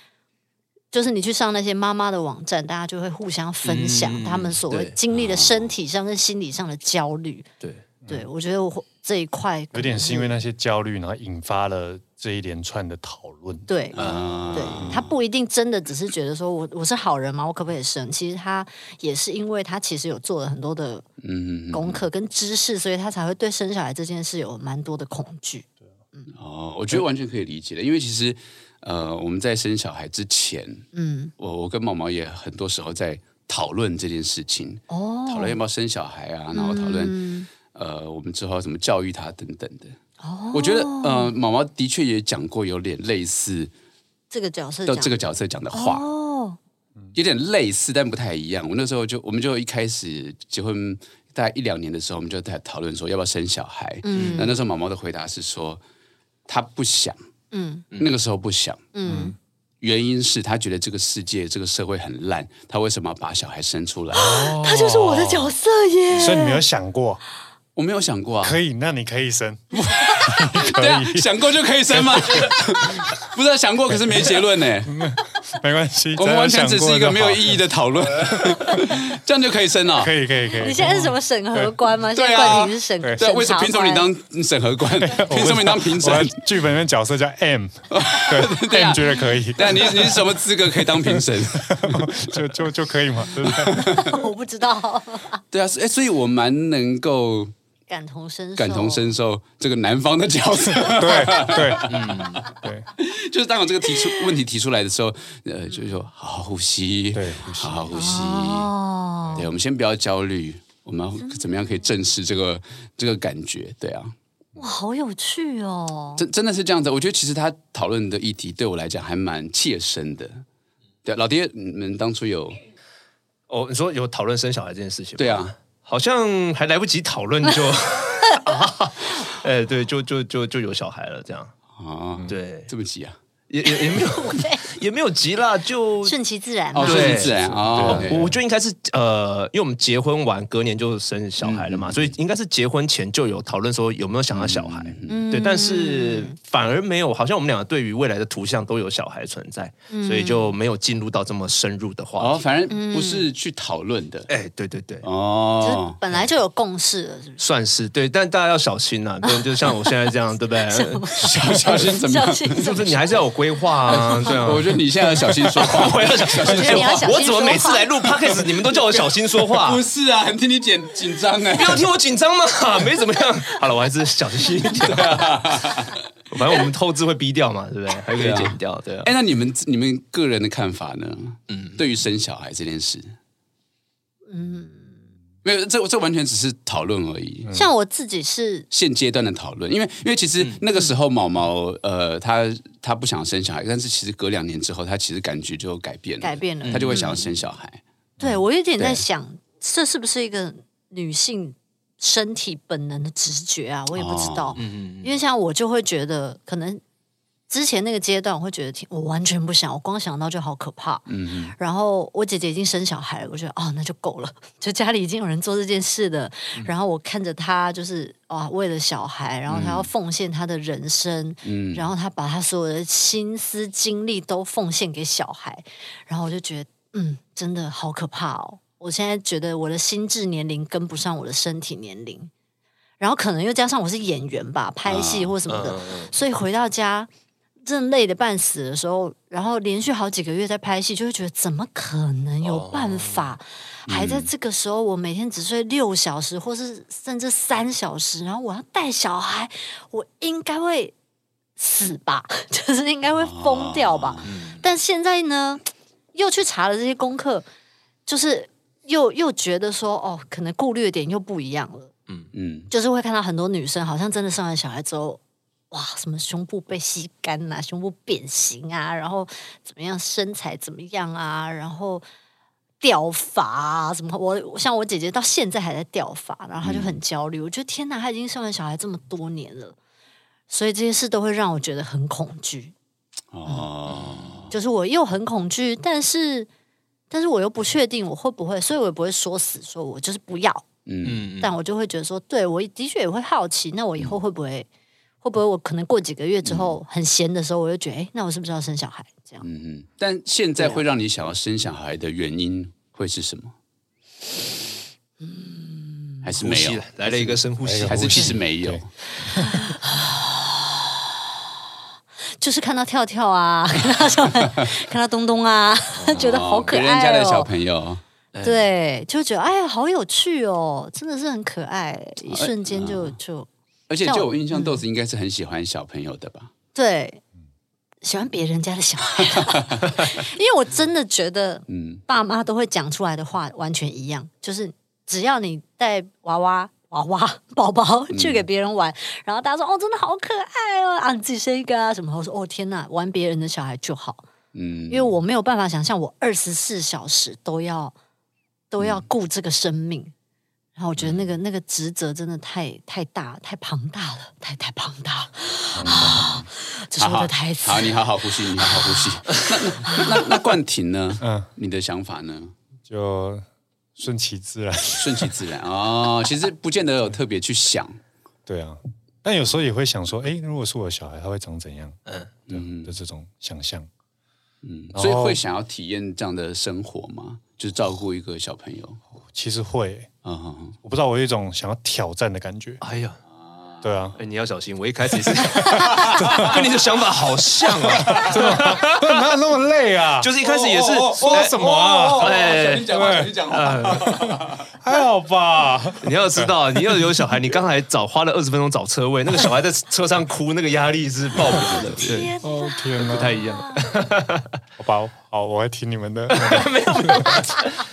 Speaker 4: 就是你去上那些妈妈的网站，大家就会互相分享
Speaker 1: 嗯
Speaker 4: 他们所谓
Speaker 1: 对
Speaker 4: 经历的身体上跟心理上的焦虑。
Speaker 1: 对，
Speaker 4: 对我觉得我这一块可
Speaker 3: 有点
Speaker 4: 能
Speaker 3: 是因为那些焦虑，然后引发了这一连串的讨论。
Speaker 4: 对，
Speaker 2: 啊
Speaker 4: 对他不一定真的只是觉得说我我是好人嘛，我可不可以生？其实他也是因为他其实有做了很多的
Speaker 2: 嗯
Speaker 4: 功课跟知识，所以他才会对生小孩这件事有蛮多的恐惧。
Speaker 2: 哦，我觉得完全可以理解的，因为其实呃，我们在生小孩之前，
Speaker 4: 嗯，
Speaker 2: 我我跟毛毛也很多时候在讨论这件事情，
Speaker 4: 哦，嗯
Speaker 2: 讨论要不要生小孩啊，然后讨论、呃，我们之后要怎么教育他等等的。
Speaker 4: 哦，
Speaker 2: 我觉得呃，毛毛的确也讲过有点类似
Speaker 4: 这个角色
Speaker 2: 到
Speaker 4: 讲
Speaker 2: 这个角色讲的话，
Speaker 4: 哦，
Speaker 2: 有点类似，但不太一样。我那时候就，我们就一开始结婚大概一两年的时候，我们就在讨论说要不要生小孩。嗯，那那时候毛毛的回答是说他不想，
Speaker 4: 嗯
Speaker 2: 那个时候不想，
Speaker 4: 嗯，
Speaker 2: 原因是他觉得这个世界、这个社会很烂，他为什么要把小孩生出来？
Speaker 3: 啊
Speaker 4: 他就是我的角色
Speaker 2: 哦
Speaker 4: 耶。
Speaker 3: 所以你没有想过，
Speaker 2: 我没有想过啊，
Speaker 3: 可以，那你可以生，
Speaker 2: 对啊，想过就可以生 吗？不是啊想过，可是没结论呢、
Speaker 3: 没关系。
Speaker 2: 我们完全只是一个没有
Speaker 3: 义。
Speaker 2: 意义的讨论，这样就可以生啊了、
Speaker 3: 可以，可以，可以。
Speaker 4: 你现在是什么审核官吗？现
Speaker 2: 对
Speaker 4: 在
Speaker 2: 啊
Speaker 4: 冠廷是审，
Speaker 2: 对啊，
Speaker 4: 审
Speaker 2: 为什么
Speaker 4: 查
Speaker 2: 凭什么你
Speaker 4: 官
Speaker 2: 当审核官？凭什么你当评
Speaker 3: 我的
Speaker 2: 审？
Speaker 3: 剧本里面角色叫 M，对
Speaker 2: 对啊
Speaker 3: M 觉得可以，
Speaker 2: 但你你是什么资格可以当评审？
Speaker 3: 就就就可以嘛，对不 对？
Speaker 4: 我不知道，
Speaker 2: 对啊，所哎，所以我蛮能够
Speaker 4: 感同身受，
Speaker 2: 感同身受这个男方的角 色，
Speaker 3: 对对，对
Speaker 2: 就是当有这个提出问题提出来的时候，呃，就是说好好呼吸，
Speaker 3: 对呼吸
Speaker 2: 好好呼吸。
Speaker 4: 哦。
Speaker 2: 对，我们先不要焦虑，我们
Speaker 3: 嗯
Speaker 2: 要怎么样可以正视这个这个感觉？对啊，
Speaker 4: 哇，好有趣哦！
Speaker 2: 真真的是这样子。我觉得其实他讨论的议题对我来讲还蛮切身的。对啊，老爹，你们当初有
Speaker 1: 哦，你说有讨论生小孩这件事情？
Speaker 2: 对，啊，
Speaker 1: 好像还来不及讨论 就，哎，对，就就就就有小孩了，这样。
Speaker 2: 啊，
Speaker 1: 对，
Speaker 2: 这么急啊？
Speaker 1: 也也也没 有也没有急啦，就
Speaker 4: 顺其自然嘛
Speaker 2: 哦，。
Speaker 1: 对
Speaker 2: 顺其自然哦，
Speaker 3: 啊
Speaker 1: 我我就应该是呃，因为我们结婚完隔年就生小孩
Speaker 4: 嗯
Speaker 1: 了嘛，所以应该是结婚前就有讨论说有没有想要小孩，
Speaker 4: 嗯
Speaker 1: 对，但是反而没有，好像我们两个对于未来的图像都有小孩存在，所以就没有进入到这么深入的话
Speaker 2: 哦，
Speaker 1: 题。
Speaker 2: 反正不是去讨论的
Speaker 1: 哎，对对
Speaker 3: 嗯
Speaker 1: 对，
Speaker 4: 就是
Speaker 2: 哦，
Speaker 4: 本来就有共识了，是不是？
Speaker 1: 算是对，但大家要小心呐，不然就像我现在这样，对不 对？
Speaker 2: 小呃 小心怎么
Speaker 4: 小
Speaker 2: 样？
Speaker 4: 心
Speaker 1: 是
Speaker 4: 怎
Speaker 1: 不是
Speaker 4: 么
Speaker 1: 你还是要有规划 啊？对啊，
Speaker 2: 我觉得你现在要小心说话，
Speaker 1: 我要小心
Speaker 4: 我觉得你要小心
Speaker 1: 我怎么
Speaker 4: 说
Speaker 1: 每次
Speaker 4: 话
Speaker 1: 来录 podcast，你们都叫我小心说话
Speaker 2: 不？是啊，你听你紧紧张哎
Speaker 1: 不，要听我紧 张嘛，没怎么样。好了，我还是小心一 点。反正我们透支会逼掉嘛，对不对？还可以剪掉，对啊。
Speaker 2: 哎，那你们你们个人的看法呢？嗯，对于生小孩这件事，嗯，
Speaker 4: 嗯
Speaker 2: 没有，这这完全只是讨论而已。
Speaker 4: 像我自己是，
Speaker 2: 现阶段的讨论，因为因为其
Speaker 4: 嗯
Speaker 2: 实那个时候毛毛呃，他他不想生小孩，但是其实隔两年之后，他其实感觉就改变了，
Speaker 4: 改变了
Speaker 2: 他就会想要生小孩。
Speaker 4: 对我有点在
Speaker 2: 嗯对
Speaker 4: 想，这是不是一个女性身体本能的直觉啊？我也不知
Speaker 2: 哦
Speaker 4: 道，
Speaker 1: 嗯嗯
Speaker 4: 因为像我就会觉得，可能之前那个阶段，我会觉得挺，我完全不想，我光想到就好可怕。
Speaker 2: 嗯，
Speaker 4: 然后我姐姐已经生小孩了，我觉得哦，那就够了， 就家里已经有人做这件事了。
Speaker 2: 嗯
Speaker 4: 然后我看着她，就是啊，为了小孩，然后她要奉献她的人生，
Speaker 2: 嗯
Speaker 4: 然后她把她所有的心思精力都奉献给小孩，然后我就觉得，嗯，真的好可怕哦！我现在觉得我的心智年龄跟不上我的身体年龄，然后可能又加上我是演员吧，拍戏
Speaker 2: 啊
Speaker 4: 或什么的，
Speaker 1: 嗯嗯嗯
Speaker 4: 所以回到家真的累得半死的时候，然后连续好几个月在拍戏，就会觉得怎么可能有
Speaker 1: 哦
Speaker 4: 办法？还在这个时候，我每天只睡六小时，或是甚至三小时，然后我要带小孩，我应该会死吧， 就是应该会疯掉吧。但现在呢，又去查了这些功课，就是又又觉得说，哦，可能顾虑的点又不一样了。
Speaker 2: 嗯，
Speaker 4: 就是会看到很多女生好像真的生完小孩之后，哇，什么胸部被吸干啊，胸部变形啊，然后怎么样身材怎么样啊，然后掉发啊，什么我像我姐姐到现在还在掉发，然后她就很焦虑。我觉得天哪，她已经生完小孩这么多年了，所以这些事都会让我觉得很恐惧。
Speaker 2: 嗯
Speaker 4: 嗯
Speaker 2: 哦，
Speaker 4: 就是我又很恐惧，但是但是我又不确定我会不会，所以我也不会说死，说我就是不要。
Speaker 2: 嗯，
Speaker 1: 嗯
Speaker 4: 但我就会觉得说，对我的确也会好奇，那我以后会不会、会不会我可能过几个月之后、很闲的时候，我就觉得，哎，那我是不是要生小孩？这样，
Speaker 2: 嗯，但现在会让你想要生小孩的原因会是什么？
Speaker 4: 啊
Speaker 2: 还是
Speaker 1: 呼
Speaker 2: 没
Speaker 1: 吸
Speaker 2: 有
Speaker 1: 了，来了一个深哎呼吸，
Speaker 3: 来了
Speaker 2: 还是其实没
Speaker 3: 对
Speaker 2: 有？
Speaker 4: 就是看到跳跳啊， 看到小孩，看到东东啊，觉得好可
Speaker 2: 哦别人家
Speaker 4: 爱
Speaker 2: 的小
Speaker 4: 哦。
Speaker 2: 朋友，
Speaker 4: 对，就觉得哎呀，好有趣哦，真的是很可爱，
Speaker 2: 哎
Speaker 4: 一瞬
Speaker 2: 嗯
Speaker 4: 间就就
Speaker 2: 而且
Speaker 4: 像
Speaker 2: 就
Speaker 4: 我
Speaker 2: 我印象，豆子应该是很喜欢小朋友的吧？
Speaker 4: 对，喜欢别人家的小孩，啊因为我真的觉得，
Speaker 2: 嗯，
Speaker 4: 爸妈都会讲出来的话完全一样，就是只要你带娃娃、娃娃、宝宝去给别人玩，然后大家说哦，真的好可爱哦，啊，你自己生一个啊什么，我说哦天哪，玩别人的小孩就好，
Speaker 2: 嗯
Speaker 4: 因为我没有办法想象我二十四小时都要都
Speaker 2: 嗯
Speaker 4: 要顾这个生命。然后我觉得那个那个职责真的太太大太庞大了，太太庞大了。啊这是
Speaker 2: 好
Speaker 4: 我
Speaker 2: 好
Speaker 4: 的台词。
Speaker 2: 好，你好好呼吸，你好好呼吸。那那那那冠廷 呢？
Speaker 3: 嗯，
Speaker 2: 你的想法呢？
Speaker 3: 就顺其自然。
Speaker 2: 顺其自然哦，其实不见得有特别去想，
Speaker 3: 对啊，但有时候也会想说，哎，如果是我的小孩，他会长怎样？嗯，的这种想象。
Speaker 2: 嗯，
Speaker 1: 哦
Speaker 3: 后
Speaker 2: 所以会想要体验这样的生活吗？就是照顾一个小朋友，
Speaker 3: 其实会，
Speaker 2: 嗯，
Speaker 3: 我不知道，我有一种想要挑战的感觉。
Speaker 1: 哎呀，
Speaker 3: 对啊，
Speaker 1: 哎，你要小心！我一开始也是 跟你的想法好像啊，
Speaker 3: 哪有那么累啊？
Speaker 1: 就是一开始也是
Speaker 3: 说什么啊？
Speaker 1: 哎
Speaker 2: 哦小心讲话，小心讲话，
Speaker 3: 还好吧？
Speaker 1: 你要知道，你要有小孩，你刚才找花了二十分钟找车位，那个小孩在车上哭，那个压力是爆表的，对，
Speaker 4: 天
Speaker 3: 哦天
Speaker 1: 不
Speaker 3: 哪！
Speaker 1: 太一样。
Speaker 3: 好吧，好，我会听你们的，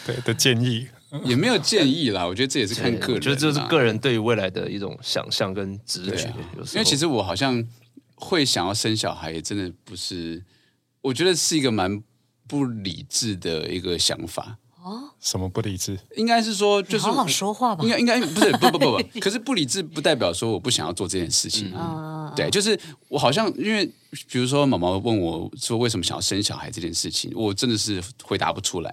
Speaker 3: 对的建议。
Speaker 2: 也没有建议啦。我觉得这也是看个人啦，
Speaker 1: 我觉得这是个人对于未来的一种想象跟直
Speaker 2: 对
Speaker 1: 觉
Speaker 2: 啊。
Speaker 1: 有时候
Speaker 2: 因为其实我好像会想要生小孩，也真的不是，我觉得是一个蛮不理智的一个想法。
Speaker 4: 哦，
Speaker 3: 什么不理智？
Speaker 2: 应该是说就
Speaker 4: 你
Speaker 2: 是
Speaker 4: 好好说话吧
Speaker 2: 应。该应该不是不不不不，可是不理智不代表说我不想要做这件事情啊。
Speaker 4: 嗯，
Speaker 2: 对，就是我好像因为比如说毛毛问我说为什么想要生小孩这件事情，我真的是回答不出来。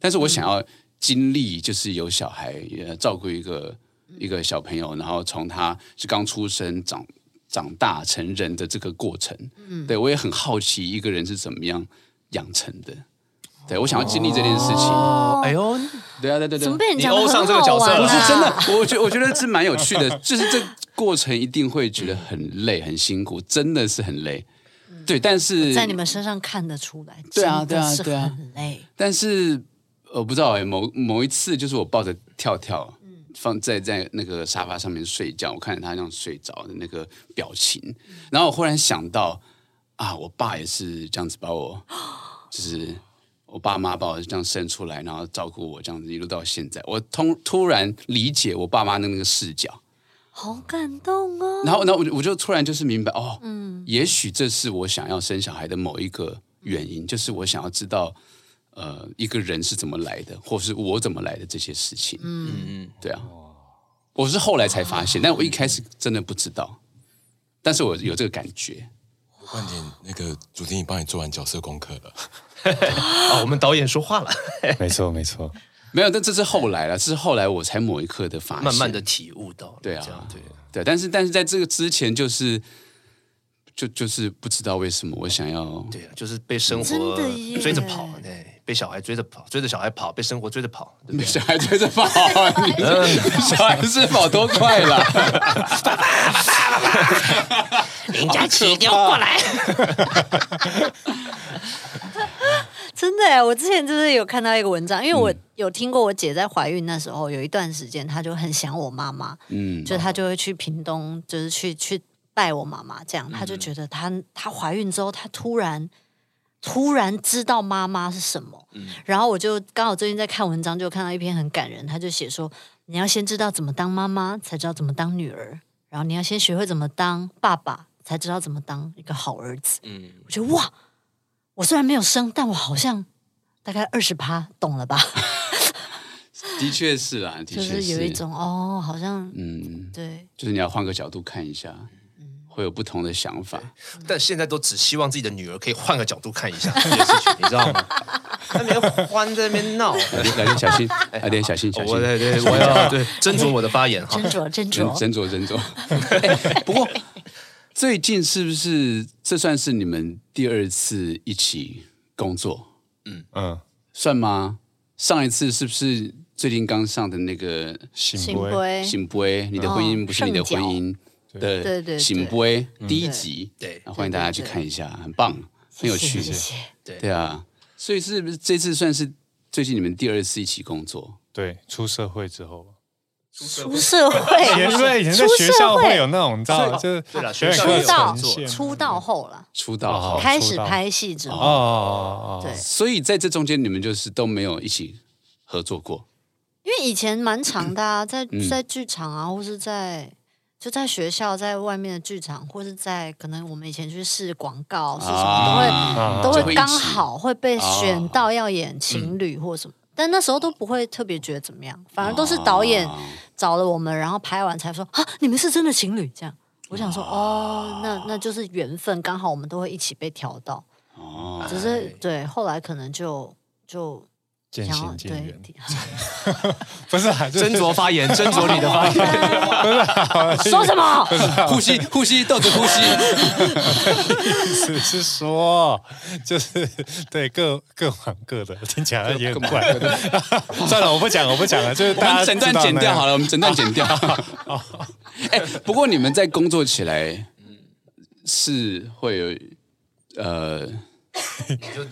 Speaker 2: 但是我想要经历，就是有小孩呃照顾一个一个小朋友，然后从他是刚出生长长大成人的这个过程，对我也很好奇一个人是怎么样养成的。对，我想要经历这件事情。
Speaker 1: 哦，哎呦，
Speaker 2: 对啊，对对对，
Speaker 4: 怎么被你
Speaker 1: 你
Speaker 4: 讲的
Speaker 1: 欧上
Speaker 4: 很
Speaker 1: 这个
Speaker 4: 好
Speaker 1: 角色
Speaker 4: 玩
Speaker 1: 了
Speaker 2: 不
Speaker 4: 啊
Speaker 2: 是真的，我觉我觉得是蛮有趣的，就是这过程一定会觉得很累、很辛苦，真的是很累。对，但是
Speaker 4: 在你们身上看得出来，
Speaker 2: 对啊
Speaker 4: 真的是
Speaker 2: 对啊对啊
Speaker 4: 很累。
Speaker 2: 但是我不知道哎、某某一次就是我抱着跳跳，
Speaker 4: 嗯
Speaker 2: 放在在那个沙发上面睡觉，我看着他那样睡着的那个表情，然后我忽然想到啊，我爸也是这样子把我，就是我爸妈把我这样生出来，然后照顾我这样子一路到现在，我通突然理解我爸妈的那个视角。
Speaker 4: 好感动哦！
Speaker 2: 然后，然后我就我就突然就是明白，哦，也许这是我想要生小孩的某一个原因，就是我想要知道，呃，一个人是怎么来的，或是我怎么来的这些事情。嗯嗯，对啊，我是后来才发现，但我一开始真的不知道，但是我有这个感觉。
Speaker 5: 半点那个主题，你帮你做完角色功课了，
Speaker 1: 哦，我们导演说话了，
Speaker 3: 没错，没错。
Speaker 2: 没有，但这是后来了，这是后来我才某一刻的发现，
Speaker 1: 慢慢的体悟到了，
Speaker 2: 对啊
Speaker 1: 这样对。
Speaker 2: 对，但是但是在这个之前，就是就就是不知道为什么我想要
Speaker 1: 对啊，就是被生
Speaker 4: 真
Speaker 1: 活
Speaker 4: 的耶
Speaker 1: 追着跑，对，被小孩追着跑，追着小孩跑，被生活追着跑， 对不对？
Speaker 2: 小孩追着跑， 你小孩是跑多快啦？
Speaker 1: 林佳琪，给我过来！
Speaker 4: 真的耶，我之前就是有看到一个文章，因为我
Speaker 2: 嗯
Speaker 4: 有听过我姐在怀孕那时候有一段时间，她就很想我妈妈，
Speaker 2: 嗯，
Speaker 4: 就她就会去屏东，就是去去拜我妈妈，这样她就觉得她她怀孕之后，她突然突然知道妈妈是什么。然后我就刚好最近在看文章，就看到一篇很感人，他就写说，你要先知道怎么当妈妈，才知道怎么当女儿，然后你要先学会怎么当爸爸，才知道怎么当一个好儿子。
Speaker 1: 嗯，
Speaker 4: 我觉得哇，我虽然没有生，但我好像大概二十趴懂了吧，
Speaker 2: 的确是啦，的
Speaker 4: 就
Speaker 2: 确
Speaker 4: 是有一种哦，好像
Speaker 2: 嗯，
Speaker 4: 对，
Speaker 2: 就是你要换个角度看一下，
Speaker 4: 嗯
Speaker 2: 会有不同的想法。
Speaker 1: 但现在都只希望自己的女儿可以换个角度看一下 这件事情，你知道吗？ 在那边欢，在那边 闹。
Speaker 2: 来点来点小 心，来点小心小
Speaker 1: 我
Speaker 2: 心，
Speaker 1: 对对，我要对斟酌我的发言哈
Speaker 4: 斟。酌
Speaker 2: 斟
Speaker 4: 斟酌，
Speaker 2: 嗯斟酌斟酌。哎 不过最近是不是这算是你们第二次一起工作？
Speaker 3: 嗯，
Speaker 2: 算吗？上一次是不是最近刚上的那个
Speaker 3: 醒
Speaker 4: 幸
Speaker 3: 不会？
Speaker 4: 亏
Speaker 2: 醒杯，你的婚姻不是你的婚姻
Speaker 3: 对
Speaker 4: 对对
Speaker 2: 的
Speaker 4: 对
Speaker 2: 醒杯第一集，
Speaker 1: 对
Speaker 2: 那欢迎大家去看一下，很棒，很有趣
Speaker 4: 谢谢谢谢
Speaker 2: 对啊，所以是不是这次算是最近你们第二次一起工作？
Speaker 3: 对，出社会之后，
Speaker 4: 出社
Speaker 3: 以前
Speaker 4: 会，
Speaker 3: 对以前在学校会有那种，你知道，
Speaker 1: 出
Speaker 3: 就是
Speaker 1: 对啦
Speaker 3: 有
Speaker 1: 学
Speaker 3: 点
Speaker 1: 校也有
Speaker 4: 出道
Speaker 3: 会有呈 现
Speaker 4: 出道后了，
Speaker 2: 出道后
Speaker 3: 哦
Speaker 4: 开始
Speaker 3: 出道
Speaker 4: 拍戏之
Speaker 3: 哦
Speaker 4: 后，
Speaker 3: 哦哦，哦
Speaker 4: 对，
Speaker 2: 所以在这中间你们就是都没有一起合作过，
Speaker 4: 因为以前蛮长的 啊，在
Speaker 2: 嗯
Speaker 4: 在剧场啊，或是在就在学校，在外面的剧场，或是在可能我们以前去试广告是什么，都会
Speaker 2: 啊
Speaker 4: 都
Speaker 2: 就
Speaker 4: 会
Speaker 2: 一起啊
Speaker 4: 刚好会被选到要演情侣或什么，但那时候都不会特别觉得怎么样，反而都是导演
Speaker 2: 啊
Speaker 4: 找了我们，然后拍完才说啊，你们是真的情侣这样。我想说，哦，那那就是缘分，刚好我们都会一起被调到，
Speaker 2: 哦，
Speaker 4: 只是对后来可能就就
Speaker 3: 渐
Speaker 4: 想要
Speaker 3: 行渐
Speaker 4: 对
Speaker 3: 远，不是啊，就是
Speaker 1: 斟酌发言，斟酌你的发 言。
Speaker 4: 说什么？
Speaker 2: 呼吸呼吸，斗着呼吸，
Speaker 3: 只是说，就是对各各忙各的，听起来也很怪。 算了，我不讲，我不讲了，就是
Speaker 2: 我
Speaker 3: 大家
Speaker 2: 们整段
Speaker 3: 知道
Speaker 2: 剪掉
Speaker 3: 那样
Speaker 2: 好 了，我们整段剪掉。哎，不过你们在工作起来是会有呃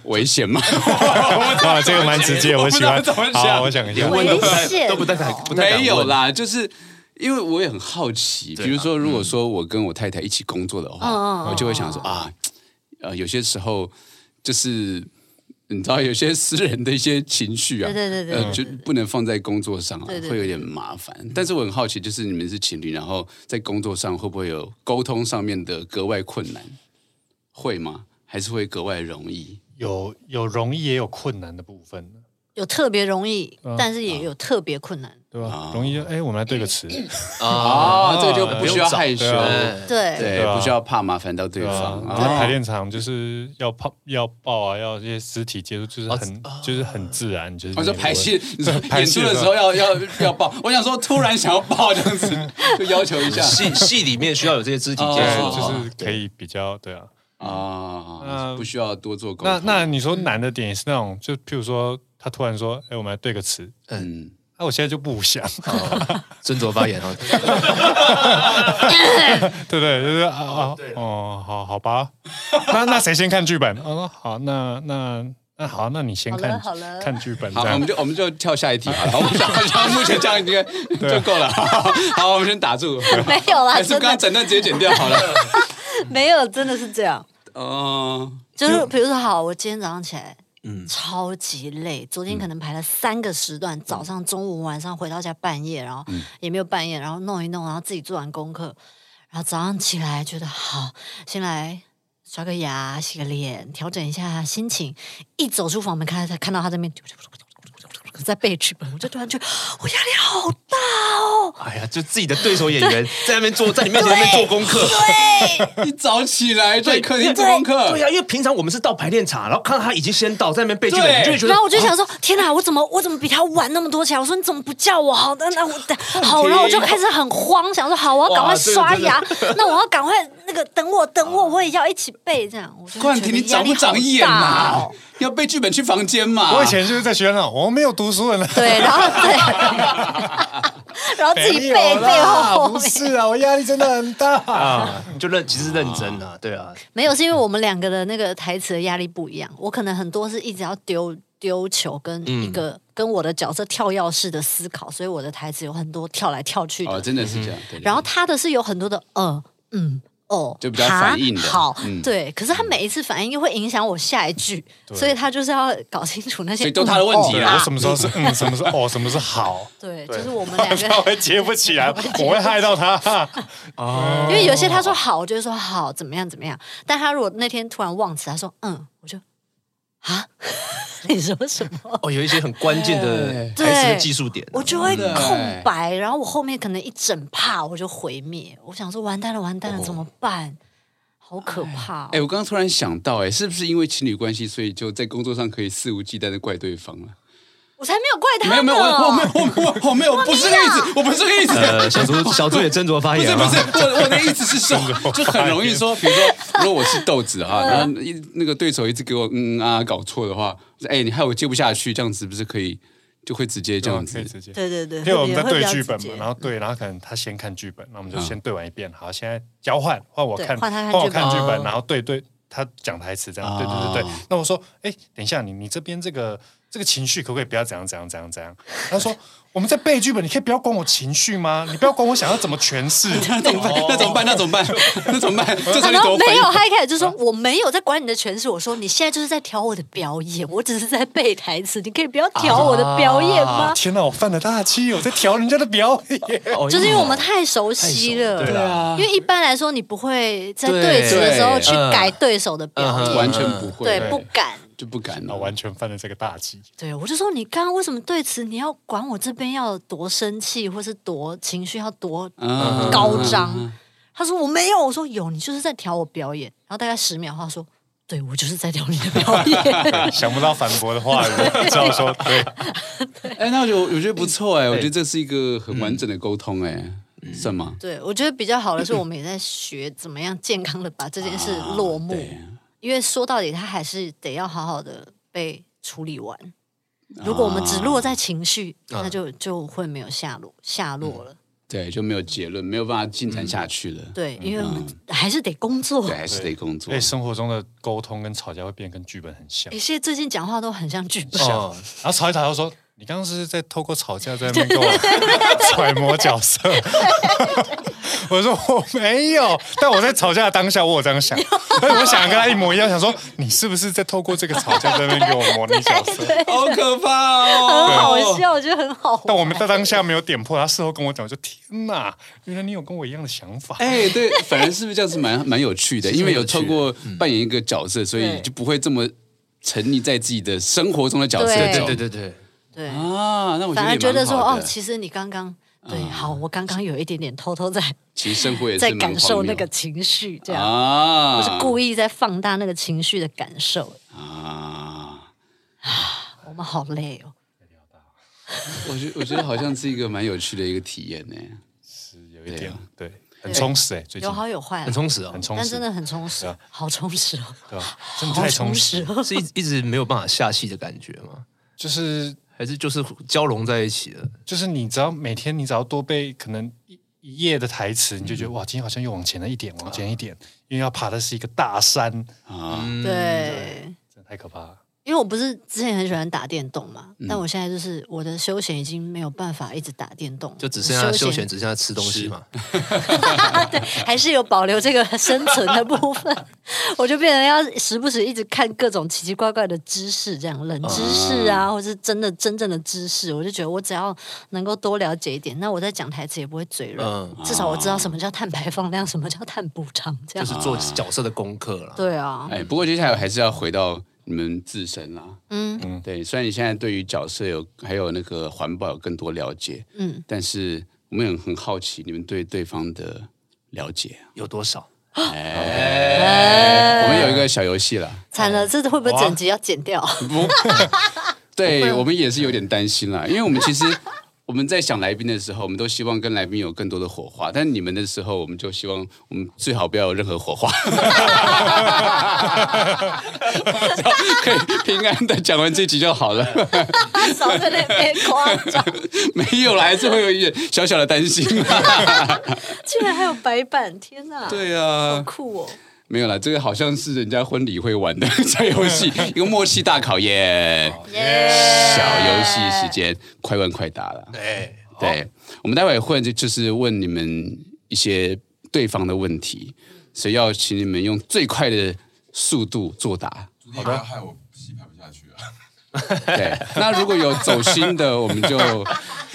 Speaker 2: 危险吗？
Speaker 3: 啊，这个蛮直接，
Speaker 2: 我
Speaker 3: 我
Speaker 2: 不知
Speaker 3: 喜
Speaker 2: 道
Speaker 3: 欢
Speaker 2: 怎么。讲
Speaker 3: 好，我想一下
Speaker 1: 连，问都不
Speaker 4: 危险
Speaker 1: 太
Speaker 4: 哦
Speaker 1: 都不太敢，不太敢
Speaker 2: 没有
Speaker 1: 问。
Speaker 2: 啦，就是因为我也很好奇，
Speaker 1: 对啊
Speaker 2: 比如说，如果说我跟我太太一起工作的话，
Speaker 4: 嗯嗯嗯
Speaker 2: 我就会想说啊，呃，有些时候就是你知道，有些私人的一些情绪啊，
Speaker 4: 对对对对
Speaker 2: 呃，就不能放在工作上啊，
Speaker 4: 对对对
Speaker 2: 会有点麻烦。但是我很好奇，就是你们是情侣，然后在工作上会不会有沟通上面的格外困难？会吗？还是会格外容易？
Speaker 3: 有有容易也有困难的部分。
Speaker 4: 有特别容易
Speaker 3: 嗯，
Speaker 4: 但是也有特别困难。
Speaker 3: 对
Speaker 2: 啊
Speaker 3: 吧？容易就哎，我们来对个词，
Speaker 1: 啊，
Speaker 2: 啊，这个就不需要害羞
Speaker 3: 不，用找
Speaker 1: 哎
Speaker 4: 对，
Speaker 2: 对
Speaker 3: 对，啊
Speaker 2: 不需要怕麻烦到对
Speaker 3: 对吧
Speaker 2: 方？。
Speaker 3: 我在排
Speaker 2: 哦
Speaker 3: 练场就是要抱要抱啊，要一些肢体接触，就是很就是很自然，就是
Speaker 2: 我
Speaker 3: 你
Speaker 2: 说
Speaker 3: 不会
Speaker 2: 哦排戏，你说
Speaker 3: 嗯排
Speaker 2: 演
Speaker 3: 戏
Speaker 2: 出的
Speaker 3: 的
Speaker 2: 时
Speaker 3: 时
Speaker 2: 候
Speaker 3: 候
Speaker 2: 要要要抱，我想说突然想要抱这样子，就要求一下
Speaker 1: 戏戏里面需要有这些肢体接
Speaker 2: 啊哦
Speaker 1: 触，
Speaker 3: 对，就是可以比较对啊。
Speaker 2: 啊，
Speaker 3: 那
Speaker 2: 不需要多做沟
Speaker 3: 嗯那
Speaker 2: 通。嗯
Speaker 3: 那你说难的点也是那种，就譬如说他突然说，哎，我们来对个词，
Speaker 2: 嗯，
Speaker 3: 那我现在就不想，
Speaker 1: 斟酌发言啊。
Speaker 3: 对不对？就是啊啊，哦，好好吧，那那谁先看剧本？哦，好，那那那好，那你先
Speaker 4: 好
Speaker 3: 看
Speaker 4: 了好了
Speaker 3: 看剧本
Speaker 2: 好
Speaker 3: 这，
Speaker 2: 我
Speaker 3: 样
Speaker 2: 们。就我们就跳下一题好了。我们想想目前这样应该就够了。好，我们先打住。
Speaker 4: 没有啦，
Speaker 2: 还是
Speaker 4: 真
Speaker 2: 刚刚
Speaker 4: 的
Speaker 2: 整段直接剪掉好了。
Speaker 4: 没有，真的是这样。
Speaker 2: 哦，
Speaker 4: 就是比如说，好，我今天早上起来，嗯，超级累。昨天可能排了三个时段，早上、中午、晚上，回到家半夜，然后也没有半夜，然后弄一弄，然后自己做完功课，然后早上起来觉得好，先来刷个牙、洗个脸，调整一下心情。一走出房门，看他看到他这边在背剧本，我就突然觉得我压力好大哦。
Speaker 1: 哎呀，就自己的对手演员在那边做，在你面前那边做功课，
Speaker 2: 一早起来在客厅做
Speaker 1: 对
Speaker 2: 功课，
Speaker 1: 对呀，因为平常我们是到排练场，然后看到他已经先到，在那边背剧本，
Speaker 2: 对
Speaker 1: 你就会觉得
Speaker 4: 然后
Speaker 2: 哦
Speaker 4: 我就想说，天哪，我怎么我怎么比他晚那么多起来？我说你怎么不叫我？好的，那我等好，然后我就开始很慌，想说好，我要赶快
Speaker 1: 哇这个
Speaker 4: 刷
Speaker 1: 真的
Speaker 4: 牙，那我要赶快那个等我等
Speaker 2: 哦
Speaker 4: 我，我也要一起背这样。我就
Speaker 2: 冠
Speaker 4: 觉
Speaker 2: 廷，
Speaker 4: 得
Speaker 2: 你
Speaker 4: 压
Speaker 2: 长不
Speaker 4: 力好
Speaker 2: 长眼啊
Speaker 4: 大
Speaker 2: 呐
Speaker 4: 哦？
Speaker 2: 要背剧本去房间嘛？
Speaker 3: 我以前就是在学校那种，我没有读书的呢。
Speaker 4: 对，然后对， 然后自己背背后
Speaker 3: 不
Speaker 4: 后面
Speaker 3: 是啊，我压力真的 很大。
Speaker 1: 啊，就认其实认真啊，对啊，
Speaker 4: 没有，是因为我们两个的那个台词的压力不一样，我可能很多是一直要丢丢球跟一个。
Speaker 2: 嗯
Speaker 4: 跟我的角色跳跃式的思考，所以我的台词有很多跳来跳去的
Speaker 2: 哦，真的是这样。对对对
Speaker 4: 然后他的是有很多的呃嗯哦，
Speaker 2: 就比较
Speaker 4: 哈
Speaker 2: 反应的
Speaker 4: 好，
Speaker 2: 嗯
Speaker 4: 对。可是他每一次反应又会影响我下一句，所以他就是要搞清楚那些。
Speaker 2: 所以都他的问题
Speaker 3: 对，
Speaker 4: 嗯哦
Speaker 2: 啊
Speaker 3: 我什么时候是嗯，什么是哦，什么 是好，
Speaker 4: 对，就是我们两
Speaker 3: 他
Speaker 4: 个，
Speaker 3: 会接不起来，我会害到他。
Speaker 1: 哦
Speaker 4: 因为有些他说好，我就说好，怎么样怎么样。但他如果那天突然忘词，他说嗯，我就啊， 你说什 么？
Speaker 1: 哦，有一些很关键
Speaker 4: 哦
Speaker 1: 的
Speaker 2: 对
Speaker 1: 台词的技术点，啊
Speaker 4: 我就会
Speaker 2: 啊真的
Speaker 4: 空白，然后我后面可能一整帕我就毁灭。我想说完蛋了，完蛋了，怎么办？好可怕哦！
Speaker 2: 哦哎，我刚刚突然想到，哎，是不是因为情侣关系，所以就在工作上可以肆无忌惮的怪对方了？
Speaker 4: 我才没有怪他
Speaker 2: 没有没有，我
Speaker 4: 呢
Speaker 2: 我没有我我我没有，不是那个意思，我不是这个意思。
Speaker 1: 呃，小猪小猪也斟酌发
Speaker 2: 不
Speaker 1: 言
Speaker 2: 是
Speaker 1: 啊，
Speaker 2: 不是，我我的意思是说，就很容易说，比如说，如果我是豆子
Speaker 4: 嗯
Speaker 2: 哈，然后一那个对手一直给我嗯嗯啊搞错的话，我说哎，你害我接不下去，这样子不是可以就会直接这样
Speaker 3: 嗯可以
Speaker 2: 子
Speaker 3: 直接。
Speaker 4: 对对对，
Speaker 3: 因为
Speaker 4: 会
Speaker 3: 我
Speaker 4: 比较
Speaker 3: 们在
Speaker 4: 会比
Speaker 3: 对
Speaker 4: 较
Speaker 3: 剧本
Speaker 4: 直
Speaker 3: 嘛
Speaker 4: 接，
Speaker 3: 然后对，然后可能他先看剧本，那我们就先对完一遍。好，现在交换，换我
Speaker 4: 对
Speaker 3: 看，
Speaker 4: 换他看
Speaker 3: 我
Speaker 4: 剧本
Speaker 3: 看剧
Speaker 1: 哦
Speaker 3: 本，然后对对，他讲台词这样，对对对对
Speaker 2: 哦。
Speaker 3: 那我说，哎，等一下，你你这边这个这个情绪可不可以不要怎样怎样怎样怎样？他说，我们在背剧本，你可以不要管我情绪吗？你不要管我想要怎么诠释。
Speaker 2: 那怎么办？那怎么办？那怎么办？那怎么办？这时候
Speaker 4: 啊
Speaker 2: 你怎
Speaker 4: 然后
Speaker 2: 么反
Speaker 4: 没
Speaker 2: 应
Speaker 4: 有，？他一开始就说我没有在管你的诠释，我说你现在就是在调我的表演，我只是在背台词，你可以不要调我的表演吗？
Speaker 3: 天哪，我犯了大忌，我在调人家的表演。
Speaker 1: 哦
Speaker 4: 就是因为我们太熟悉了，
Speaker 3: 太熟了对
Speaker 2: 啊
Speaker 4: 因为一般来说你不会在
Speaker 1: 对
Speaker 4: 对词的时候去
Speaker 1: 对
Speaker 4: 改对啊手的表
Speaker 1: 嗯
Speaker 4: 演，
Speaker 2: 完全不会，
Speaker 4: 对，不敢。
Speaker 2: 就不敢
Speaker 3: 啊，
Speaker 2: 了。
Speaker 3: 完全犯了这个大忌。
Speaker 4: 对，我就说你刚刚为什么对词？你要管我这边要多生气，或是多情绪要多
Speaker 2: 嗯
Speaker 4: 高涨。他说我没有，我说有，你就是在调我表演。然后大概十秒，他说对我就是在调你的表 演。
Speaker 3: 想不到反驳的话语，只好说对，
Speaker 2: 哎，那我觉得我觉得不错哎，我
Speaker 1: 对
Speaker 2: 觉得这是一个很完整的沟通哎，算吗？
Speaker 4: 对，我觉得比较好的是，我们也在学怎么样健康的把这件事落幕，
Speaker 2: 对
Speaker 4: 因为说到底，他还是得要好好的被处理完。如果我们只落在情绪，那就就会没有下落下落了。
Speaker 2: 对，就没有结论，没有办法进展下去了。
Speaker 4: 嗯对，因为我们还是得工作。
Speaker 2: 对，还是得工作
Speaker 3: 所以。生活中的沟通跟吵架会变得跟剧本很像
Speaker 4: 诶，。现在最近讲话都很像剧本，
Speaker 1: 哦
Speaker 3: 然后吵一吵，又说你刚刚是在透过吵架在那边 跟我揣摩角色。我说我没有，但我在吵架的当下，我有这样想，所以我想跟他一模一样，想说你是不是在透过这个吵架在那边给我模拟角色？
Speaker 2: 好可怕 哦！
Speaker 4: 很好笑，我觉得很好玩。
Speaker 3: 但我们在当下没有点破，他事后跟我讲，我就天哪，原来你有跟我一样的想法。
Speaker 2: 哎，对，反而是不是这样子蛮蛮有趣的？嗯因为有透过扮演一个角色，所以
Speaker 4: 对
Speaker 2: 就不会这么沉溺在自己的生活中的角色
Speaker 4: 对
Speaker 2: 中。
Speaker 1: 对对对对，
Speaker 4: 对，
Speaker 2: 啊，那我觉
Speaker 4: 反
Speaker 2: 得
Speaker 4: 而
Speaker 2: 也
Speaker 4: 觉得
Speaker 2: 蛮
Speaker 4: 说
Speaker 2: 好
Speaker 4: 哦，
Speaker 2: 的
Speaker 4: 其实你刚刚对，好，我刚刚有一点点偷偷在
Speaker 2: 其实生活也是
Speaker 4: 在
Speaker 2: 蛮
Speaker 4: 感
Speaker 2: 荒
Speaker 4: 受那
Speaker 2: 谬
Speaker 4: 个情绪，这样，
Speaker 2: 啊，
Speaker 4: 我是故
Speaker 2: 意
Speaker 4: 意在放大那个情绪的感受。
Speaker 2: 啊。
Speaker 4: 我们好累哦，
Speaker 2: 我觉我觉得好像是一个蛮有趣的一个体验呢、
Speaker 3: 有一
Speaker 2: 对
Speaker 3: 点
Speaker 2: 啊
Speaker 3: 对，很充实哎，最近
Speaker 4: 有好有坏啊
Speaker 1: 很，充实哦
Speaker 3: 很，充
Speaker 4: 但
Speaker 3: 实，
Speaker 4: 真的很充实
Speaker 3: 对啊，
Speaker 4: 好充实哦，
Speaker 3: 对吧？真的
Speaker 4: 好
Speaker 3: 太
Speaker 4: 充
Speaker 3: 充实
Speaker 4: 实
Speaker 3: 了，
Speaker 4: 哦。
Speaker 1: 是一一直没有办法下戏的感觉吗？
Speaker 3: 就是
Speaker 1: 还是就是交融在一起了？
Speaker 3: 就是你只要每天你只要多背可能一一页的台词，你就觉得哇，今天好像又往前了一点，往前一点，因为要爬的是一个大山，
Speaker 2: 啊，
Speaker 1: 嗯，
Speaker 4: 对，
Speaker 3: 真的太可怕了。
Speaker 4: 因为我不是之前很喜欢打电动嘛，但我现在就是我的休闲已经没有办法一直打电动了，
Speaker 1: 就只剩下休闲，
Speaker 4: 闲
Speaker 1: 只剩下吃东西嘛。
Speaker 4: 啊，对，还是有保留这个生存的部分， 我就变成要时不时一直看各种奇奇怪怪的知识，这样冷知识
Speaker 2: 嗯
Speaker 4: 啊，或是真的真正的知识，我就觉得我只要能够多了解一点，那我在讲台词也不会嘴软，
Speaker 1: 嗯
Speaker 4: 至少我知道什么叫碳排放量，什么叫碳补偿，这
Speaker 1: 就是
Speaker 4: 样。
Speaker 1: 做角色的功课了。
Speaker 4: 对啊，
Speaker 2: 哎，不过接下来还是要回到你们自身啦。
Speaker 4: 嗯
Speaker 2: 对，虽然你现在对于角色有还有那个环保有更多了解，
Speaker 4: 嗯，
Speaker 2: 但是我们也很好奇你们对对方的了解。啊
Speaker 1: 有多少？
Speaker 2: 哎
Speaker 4: 呃
Speaker 2: 我们有一个小游戏啦，
Speaker 4: 哎惨了，这会不会
Speaker 3: 哇
Speaker 4: 整集要剪掉？
Speaker 2: 对我们也是有点担心啦，因为我们其实我们在想来宾的时候，我们都希望跟来宾有更多的火花，但你们的时候，我们就希望我们最好不要有任何火花， 可以平安的讲完这集就好了。
Speaker 4: 少在那边夸张，
Speaker 2: 没有啦，还是会有一点小小的担心啦。
Speaker 4: 竟然还有白板，天哪！
Speaker 2: 对
Speaker 4: 好
Speaker 2: 啊，
Speaker 4: 酷哦！
Speaker 2: 没有啦，这个好像是人家婚礼会玩的小游 戏，一个默契大考验，
Speaker 4: 耶
Speaker 2: 小游戏时间，快问快答了。
Speaker 1: 哎，
Speaker 2: 对，我们待会会就就是问你们一些对方的问题，所以要请你们用最快的速度作答。
Speaker 5: 主题不要害我戏拍不下去啊！
Speaker 2: 对，那如果有走心的，我们就我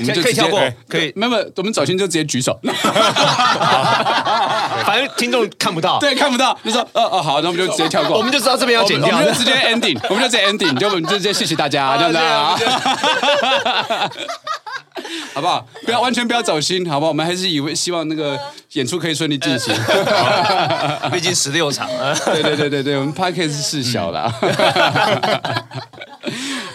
Speaker 2: 们就
Speaker 1: 可以
Speaker 2: 直接
Speaker 1: 跳过可以
Speaker 2: 没有，没有我们走心就直接举手。
Speaker 1: 反正听众看不到，
Speaker 2: 对，看不到，就说哦哦好，那我们就直接跳过，
Speaker 1: 我们就知道这边要剪
Speaker 2: 我
Speaker 1: 掉
Speaker 2: 们。就直接 ending，我们就直接 ending，就我们就直接谢谢大家，这样子啊，好不好？不要完全不要走心，好不好？我们还是以为希望那个演出可以顺利进行。
Speaker 1: 毕竟十六场，呃
Speaker 2: 对对对对对，我们 podcast 是小 啦。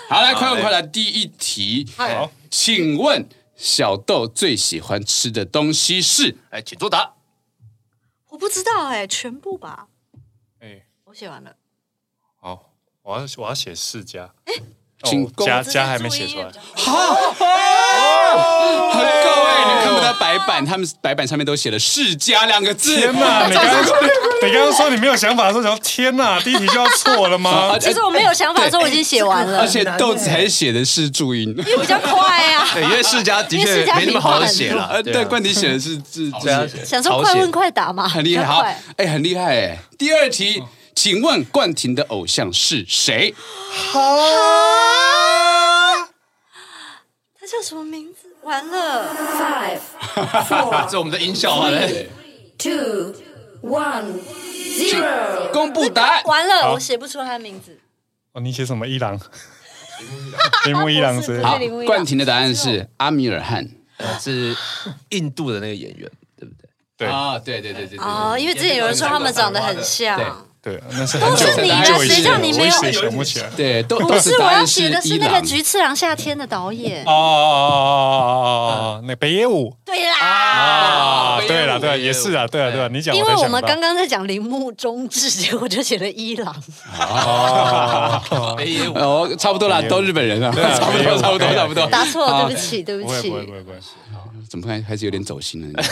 Speaker 2: 好，来快问快答，第一题，
Speaker 3: 好，
Speaker 2: 请问小豆最喜欢吃的东西是？
Speaker 1: 哎，请作答。
Speaker 4: 我不知道哎，全部吧，
Speaker 3: 哎，
Speaker 4: 我写完了。
Speaker 3: 好，我要我要写世家，
Speaker 4: 哎
Speaker 2: 请
Speaker 3: 哦
Speaker 2: 公
Speaker 3: 家
Speaker 4: 这
Speaker 3: 家
Speaker 4: 是
Speaker 3: 还没
Speaker 4: 注
Speaker 3: 写
Speaker 4: 意
Speaker 3: 出来
Speaker 4: 比，较
Speaker 2: 各位，你们看不到白板，他们白板上面都写了“世家”两个字。
Speaker 3: 天哪！你刚 刚说，你刚刚说你没有想法的时候，想说天哪，第一题就要错了吗
Speaker 2: 啊？
Speaker 4: 其实我没有想法，说我已经写完了
Speaker 2: 而，且豆
Speaker 4: 欸
Speaker 2: 子还写的是注 音。
Speaker 4: 因为比较快啊。
Speaker 1: 对，哎因为世家的
Speaker 4: 因为世
Speaker 1: 确
Speaker 4: 家
Speaker 1: 没那么好好
Speaker 4: 平
Speaker 1: 写
Speaker 4: 衡
Speaker 1: 了。
Speaker 2: 呃，对，
Speaker 1: 啊
Speaker 2: 冠迪写的是是
Speaker 1: 对啊
Speaker 2: 是，
Speaker 4: 想说快问快答嘛，
Speaker 2: 很厉害，
Speaker 4: 比
Speaker 2: 好
Speaker 4: 较快，
Speaker 2: 哎，很厉害哎。第二题，请问冠廷的偶像是谁？
Speaker 4: 他叫什么名字？完了，
Speaker 6: Five,
Speaker 1: 这是我们的音效啊。 来
Speaker 6: two, one, zero.
Speaker 2: 公布答案。
Speaker 4: 完了，我写不出他的名字。
Speaker 3: 哦，你写什么伊 朗？铃木一郎之类
Speaker 4: 好
Speaker 3: 的，
Speaker 2: 好
Speaker 4: 林无恙，
Speaker 2: 冠廷的答案是阿米尔汗。
Speaker 1: 呃是印度的那个演员，对不对？
Speaker 3: 对
Speaker 2: 啊，对对对对对。
Speaker 4: 哦，因为之前有人说他们长得很
Speaker 2: 对
Speaker 4: 像，
Speaker 3: 对，那是很久
Speaker 4: 都是你啊
Speaker 3: 很久以
Speaker 4: 谁叫
Speaker 3: 前，
Speaker 4: 你
Speaker 3: 我
Speaker 4: 没
Speaker 3: 一
Speaker 4: 有
Speaker 3: 时也想不起来。
Speaker 2: 对，都
Speaker 4: 不
Speaker 2: 都
Speaker 4: 是
Speaker 2: 答
Speaker 4: 我要
Speaker 2: 案
Speaker 4: 写的是
Speaker 2: 伊
Speaker 4: 那个
Speaker 2: 朗
Speaker 4: 《菊次郎夏天》的导演
Speaker 3: 哦。哦哦哦哦哦，那北野武
Speaker 4: 对啦，
Speaker 3: 啊，
Speaker 2: 北野武
Speaker 3: 对了对
Speaker 1: 北
Speaker 3: 了，
Speaker 1: 野武
Speaker 3: 也是啊，对了对了，你讲
Speaker 4: 因为
Speaker 3: 才
Speaker 4: 我
Speaker 3: 想
Speaker 4: 们
Speaker 3: 到
Speaker 4: 刚刚在讲铃木中志，结果就写了伊朗。
Speaker 1: 北野武
Speaker 2: 哦，差不多啦，都日本人啊，
Speaker 3: 啊
Speaker 2: 差不
Speaker 3: 北野
Speaker 2: 多
Speaker 3: 武
Speaker 2: 差不多
Speaker 3: 对啊
Speaker 2: 差不多。
Speaker 4: 答错
Speaker 2: 好
Speaker 4: 了，对不起，对
Speaker 3: 不
Speaker 4: 不
Speaker 3: 会
Speaker 4: 起
Speaker 3: 不。会不会不会，
Speaker 2: 怎么看还是有点走心了？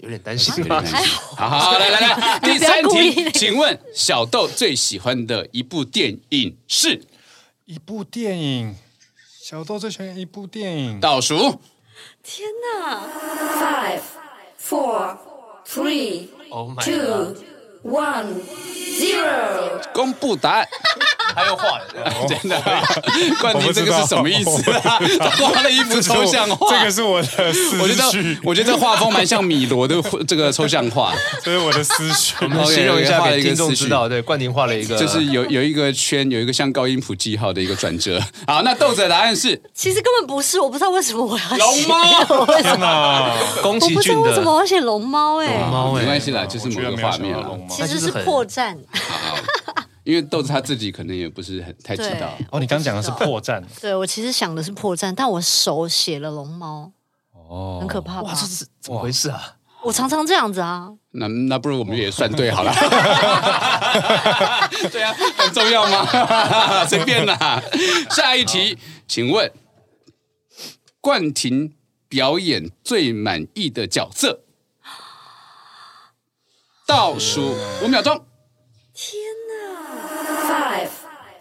Speaker 1: 有点担心
Speaker 2: 有点 担心好好好，来来来，第
Speaker 4: 不要
Speaker 2: 三
Speaker 4: 故意那
Speaker 2: 题，
Speaker 4: 个
Speaker 2: 请问小豆最喜欢的一部电影是？
Speaker 3: 一部电影，小豆最喜欢一部电影，
Speaker 2: 倒 数
Speaker 4: 天哪，
Speaker 6: Five, four, three,
Speaker 1: Oh my god！
Speaker 6: two, one, zero.
Speaker 2: 公布答案。
Speaker 1: 他又画了，
Speaker 2: 真的啊，冠
Speaker 3: 我
Speaker 2: 廷
Speaker 3: 不
Speaker 2: 这
Speaker 3: 知
Speaker 2: 个
Speaker 3: 道
Speaker 2: 是什么意思啊？他画的衣服抽象画，
Speaker 3: 这个是我的
Speaker 2: 我觉
Speaker 3: 思
Speaker 2: 得
Speaker 3: 绪，，
Speaker 2: 我觉得这画风蛮像米罗的这个抽象画，
Speaker 3: 这是 我的思绪。
Speaker 1: 我们
Speaker 2: OK，
Speaker 1: 形容一下
Speaker 2: 画了
Speaker 1: 给
Speaker 2: 一个
Speaker 1: 听众
Speaker 2: 思绪
Speaker 1: 知道。对，冠廷画了一个，
Speaker 2: 就是有有一个圈，有一个像高音谱记号的一个转 折。好，那豆子的答案是
Speaker 4: 其实根本不是，我不知道为什么我要
Speaker 2: 龙
Speaker 4: 写，
Speaker 2: 猫，
Speaker 1: 宫
Speaker 4: 我
Speaker 1: 崎
Speaker 4: 不知
Speaker 1: 骏
Speaker 4: 道为什么
Speaker 1: 的
Speaker 4: 我要写龙猫哎、
Speaker 1: 龙猫
Speaker 2: 没
Speaker 1: 哎
Speaker 2: 关，系啦，就是某个画面啦。
Speaker 4: 其
Speaker 1: 它就
Speaker 4: 实
Speaker 1: 是
Speaker 4: 是
Speaker 1: 很
Speaker 4: 破绽，
Speaker 2: 因为豆子他自己可能也不是很太知
Speaker 4: 对
Speaker 2: 道。
Speaker 3: 哦，你刚刚讲的是破绽，
Speaker 4: 对我其实想的是破绽，但我手写了龙猫，哦，很可怕吧
Speaker 1: 哇，？这是怎么回事啊？
Speaker 4: 我常常这样子啊，
Speaker 2: 那那不如我们也算对好了。 对啊，很重要 吗？随便啦。下一题，请问冠廷表演最满意的角色，倒数五秒钟。
Speaker 6: five,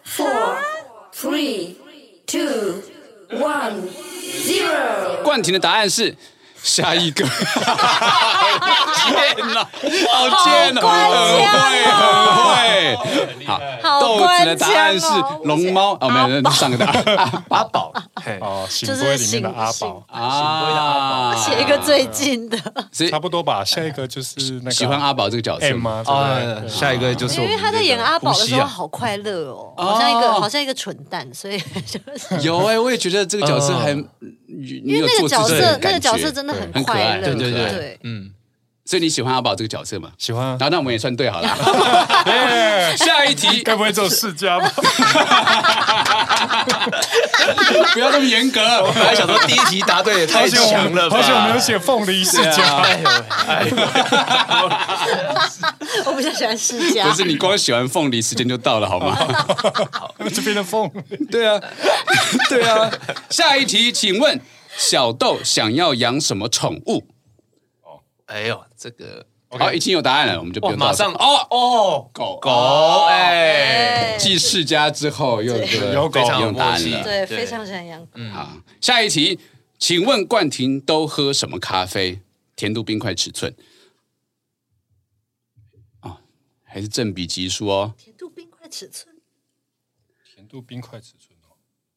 Speaker 6: four, three, two, one, zero.
Speaker 2: 冠廷的答案是下一个，贱呐，好贱呐，很会，很会。好，
Speaker 4: 好
Speaker 2: 豆子的
Speaker 4: 官
Speaker 2: 答
Speaker 4: 哦腔
Speaker 2: 案是
Speaker 4: 哦
Speaker 2: 龙猫，哦，没有，那上个答案 阿宝
Speaker 1: 嘿
Speaker 3: 哦，醒
Speaker 4: 就是
Speaker 3: 龟里面的
Speaker 4: 醒
Speaker 3: 阿
Speaker 4: 醒
Speaker 3: 宝，
Speaker 2: 啊，
Speaker 4: 写一个最近的，
Speaker 2: 所以
Speaker 3: 差不多吧。下一个就是那个
Speaker 2: 喜欢阿宝这个角色
Speaker 3: M 吗？对不
Speaker 1: 啊，
Speaker 3: 对
Speaker 1: 下一个就是
Speaker 4: 因
Speaker 1: 我
Speaker 4: 为
Speaker 1: 们
Speaker 4: 他在演阿宝的时
Speaker 1: 呼吸
Speaker 4: 候
Speaker 1: 啊
Speaker 4: 好快乐 哦，
Speaker 2: 哦
Speaker 4: 好像一个好像一个蠢蛋，所以 就是
Speaker 2: 有哎，我也觉得这个角色还
Speaker 1: 嗯
Speaker 2: 因
Speaker 4: 因为那个角色那个角色真的
Speaker 2: 很可
Speaker 4: 快
Speaker 2: 爱，
Speaker 4: 乐，
Speaker 1: 对对对
Speaker 4: 对，
Speaker 1: 嗯，
Speaker 2: 所以你喜欢阿宝这个角色嘛？
Speaker 3: 喜欢啊
Speaker 2: 然，后那我们也算对好 了。下一题，
Speaker 3: 该不会只有世家吧？
Speaker 2: 不要这么严格。我
Speaker 1: 本来想说第一题答对也太强了吧，
Speaker 3: 好像我没有写凤梨世家，
Speaker 1: 哎呦喂哎呦喂
Speaker 4: 我比较喜欢世家
Speaker 2: 不，是你光喜欢凤梨，时间就到了好 吗？
Speaker 3: 这边的凤梨
Speaker 2: 对啊， 对啊。下一题，请问小豆想要养什么宠物？
Speaker 1: 哎呦，这个
Speaker 2: 好，已经有答案了，我们就不
Speaker 1: 哇，
Speaker 2: 用
Speaker 1: 马
Speaker 2: 到
Speaker 1: 上
Speaker 2: 哦
Speaker 1: 哦
Speaker 2: 狗
Speaker 1: 狗哎，
Speaker 4: 对
Speaker 2: 继世家之后又
Speaker 3: 有嗯狗
Speaker 1: 非常有
Speaker 2: 用答
Speaker 1: 默
Speaker 2: 案
Speaker 1: 契，
Speaker 2: 了。
Speaker 4: 对，非常喜欢养狗，
Speaker 2: 好，下一题，请问冠廷都喝什么咖啡？甜度、冰块、尺寸？哦，还是正比级数哦。
Speaker 4: 甜度、冰块、尺寸，
Speaker 3: 甜度冰块尺寸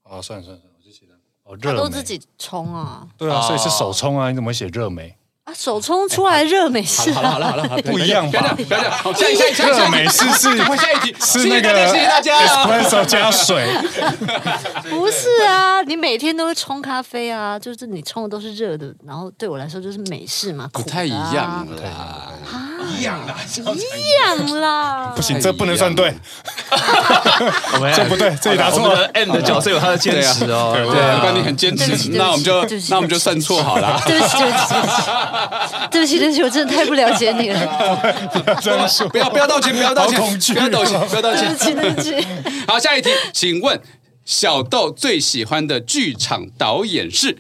Speaker 3: 哦。啊，算了算了算了，我就写的哦
Speaker 4: 他
Speaker 3: 热
Speaker 4: 都自。
Speaker 3: 梅
Speaker 4: 己冲啊
Speaker 3: 对啊，所以是手冲啊，你怎么会写热梅？
Speaker 4: 啊，手冲出来热美式
Speaker 2: 好了
Speaker 4: 啊，
Speaker 2: 好了好了好了，
Speaker 3: 不一样
Speaker 2: 不要这
Speaker 4: 哦
Speaker 3: 吧
Speaker 2: 样，？不要这样。好，下一下一下一下
Speaker 3: 热
Speaker 2: 一
Speaker 3: 美是是
Speaker 2: 下一题
Speaker 3: 是那个
Speaker 2: 谢谢大家，谢谢大家。
Speaker 3: espresso 加水，
Speaker 4: 不是啊，你每天都会冲咖啡啊，就是你冲的都是热的，然后对我来说就是美式嘛，
Speaker 2: 不
Speaker 4: 苦的
Speaker 2: 太一
Speaker 4: 啊
Speaker 2: 样，啦，
Speaker 4: 一样啦，
Speaker 3: 不行，这不能算对，
Speaker 1: 我们
Speaker 3: 这不对这里答错
Speaker 1: 我们的 M 的角色有他的坚持哦，
Speaker 3: 对啊
Speaker 2: 对啊，冠你很坚
Speaker 4: 对不
Speaker 2: 持，
Speaker 4: 起对不起
Speaker 2: 那我们就
Speaker 4: 对不起
Speaker 2: 那我们就算错好了。
Speaker 4: 对不起，对不起，对不起，对不起，我真的太不了解你了，
Speaker 2: 不要不要道歉，不要道歉，
Speaker 3: 好恐惧啊
Speaker 2: 不要道歉，不要道
Speaker 4: 对
Speaker 2: 歉
Speaker 4: 不。起，对不起。
Speaker 2: 好，下一题，请问小豆最喜欢的剧场导演是？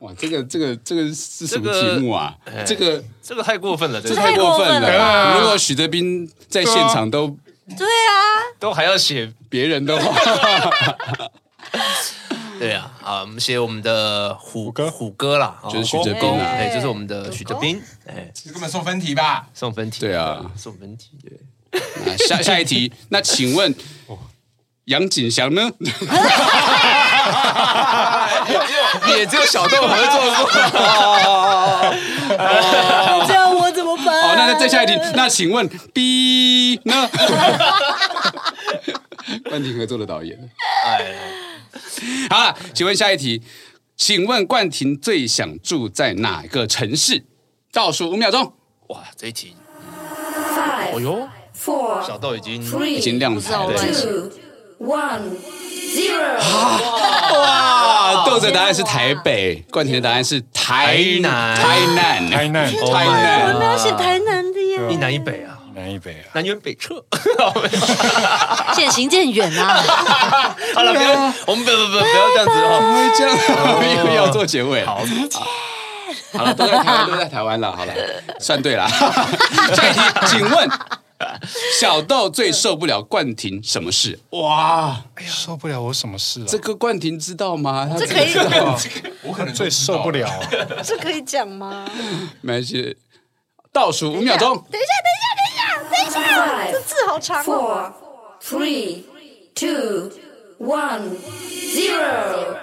Speaker 2: 哇，这个这个这个是什么题目啊？
Speaker 1: 哎
Speaker 2: 这个
Speaker 1: 这个太过分了，这
Speaker 2: 这
Speaker 1: 个
Speaker 4: 太
Speaker 2: 太过分
Speaker 4: 过分
Speaker 2: 了。如果许哲斌在现场都
Speaker 4: 对啊，
Speaker 1: 都还要写，
Speaker 2: 别人的话，
Speaker 1: 对啊，啊，我们写我们的虎
Speaker 3: 哥
Speaker 1: 虎哥啦，哦
Speaker 2: 就是许哲斌啊。
Speaker 1: 对，就是我们的许哲斌，哎，
Speaker 5: 这根本送分题吧？
Speaker 1: 送分题，
Speaker 2: 对啊，
Speaker 1: 送分题，对，
Speaker 2: 那下下一题，那请问杨景祥 呢？
Speaker 1: 也只有小豆合作过，
Speaker 4: 这样我怎么办？
Speaker 2: 哦，那那再下一题，那请问 B 呢？ 冠廷合作的导演。哎好了，请问下一题，请问冠廷最想住在哪个城市？倒数五秒钟，
Speaker 1: 哇，这一题，
Speaker 6: Five,
Speaker 1: 哦哟，
Speaker 6: four,
Speaker 1: 小豆已经
Speaker 6: three,
Speaker 2: 已经亮牌
Speaker 4: 不
Speaker 2: 了
Speaker 4: 知
Speaker 2: 对
Speaker 4: 道。为
Speaker 6: two, one, zero.
Speaker 2: 哇，啊豆子的答案是台北，冠廷的答案是台南，台
Speaker 1: 台
Speaker 2: 南，
Speaker 3: 台南
Speaker 2: 台南。
Speaker 4: 我没有写台南的
Speaker 2: 嗯
Speaker 4: 耶，
Speaker 1: 一南一北啊，
Speaker 3: 南一北啊。
Speaker 1: 南辕北辙。
Speaker 4: 渐行渐远啊。
Speaker 1: 好了，不要，我们不不不不要这样子
Speaker 2: 怎
Speaker 1: 哦。
Speaker 2: 么会这样？又要做结尾。好，好了，都在台湾，都在台湾了。好了，算对了。下一题，请问小豆最受不了冠廷什么事？哇，
Speaker 3: 哎受不了我什么事啊？哦
Speaker 2: 这个冠廷知道吗？他
Speaker 4: 这可以
Speaker 2: 知道
Speaker 5: 我可能
Speaker 3: 最受不了啊！
Speaker 4: 这可以讲吗？
Speaker 2: 没关系。倒数五秒钟，
Speaker 4: 等一下，等一下，等一下，等一下，这字好长哦。
Speaker 6: Four, three, two, one, zero.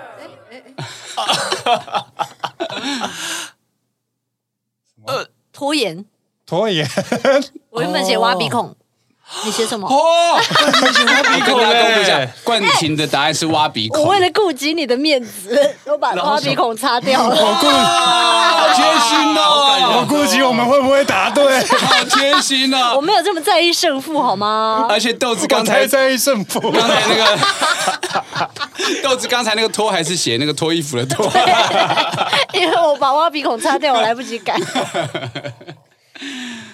Speaker 4: 拖延。
Speaker 3: 拖延，
Speaker 4: 我原本写挖鼻孔，你写什么？
Speaker 2: 哦，
Speaker 1: 鼻
Speaker 2: 跟大家公布一下，冠廷的答案是挖鼻
Speaker 4: 我
Speaker 2: 孔
Speaker 4: 为，了顾及你的面子，我把挖鼻孔擦掉
Speaker 2: 哦
Speaker 4: 了。
Speaker 2: 好贴心
Speaker 3: 我
Speaker 2: 哦，
Speaker 3: 顾及我们会不会答对，
Speaker 2: 好贴心
Speaker 4: 我
Speaker 2: 哦。
Speaker 4: 没有这么在意胜负，好 吗？
Speaker 2: 而且豆子
Speaker 3: 我
Speaker 2: 刚才
Speaker 3: 才在意胜负。
Speaker 2: 刚才那个豆子刚才那个脱还是写那个脱衣服的脱，
Speaker 4: 因为我把挖鼻孔擦掉，我来不及改。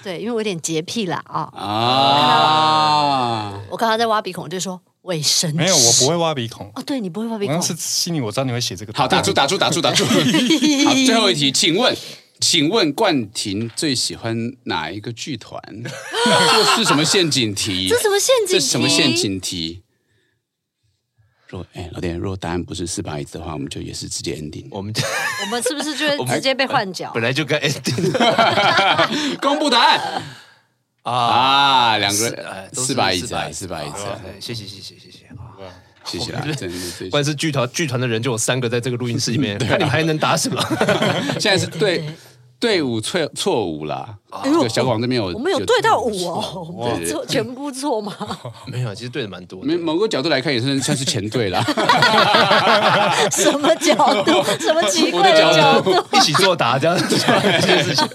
Speaker 4: 对，因为我有点洁癖啦啊！
Speaker 2: 啊，
Speaker 4: 我刚刚在挖鼻孔，我就说卫生纸。
Speaker 3: 没有，我不会挖鼻孔。
Speaker 4: 哦，对你不会挖鼻
Speaker 3: 我
Speaker 4: 孔
Speaker 3: 当，时心里我知道你会写这个。
Speaker 2: 好，打住，打住，打住，打 住。好，最后一题，请问，请问冠廷最喜欢哪一个剧团？这是什么陷阱题？
Speaker 4: 这什么陷
Speaker 2: 这
Speaker 4: 阱？
Speaker 2: 是什么陷？阱题？若哎、老弟，如果答案不是四把椅子的话，我们就也是直接 ending。
Speaker 1: 我们
Speaker 4: 我们是不是就会直接被换角
Speaker 1: 本？来就该 ending
Speaker 2: 公布答案
Speaker 1: 啊，
Speaker 2: 啊！两个
Speaker 1: 哎
Speaker 2: 人
Speaker 1: 都是
Speaker 2: 四把椅子啊，四
Speaker 1: 四
Speaker 2: 把
Speaker 1: 把
Speaker 2: 椅
Speaker 1: 椅
Speaker 2: 子
Speaker 1: 子
Speaker 2: 啊
Speaker 1: 啊，，哎谢谢谢谢谢谢啊！
Speaker 2: 谢谢啦，真的是
Speaker 1: 不。然是剧团剧团的人就有三个在这个录音室里面，看你们还能打什么？
Speaker 2: 现在是对队伍错错误啦。这个小广这边有，嗯
Speaker 4: 我们有对到五哦，我们
Speaker 2: 对
Speaker 4: 有错全部错吗？
Speaker 1: 没有，其实对的蛮多
Speaker 2: 没
Speaker 1: 的。
Speaker 2: 某个角度来看也算算是前队啦。
Speaker 4: 什么角度？什么奇
Speaker 2: 我
Speaker 4: 怪
Speaker 2: 的
Speaker 4: 的角
Speaker 2: 角
Speaker 4: 度？
Speaker 1: 一起作答这样子，这件事情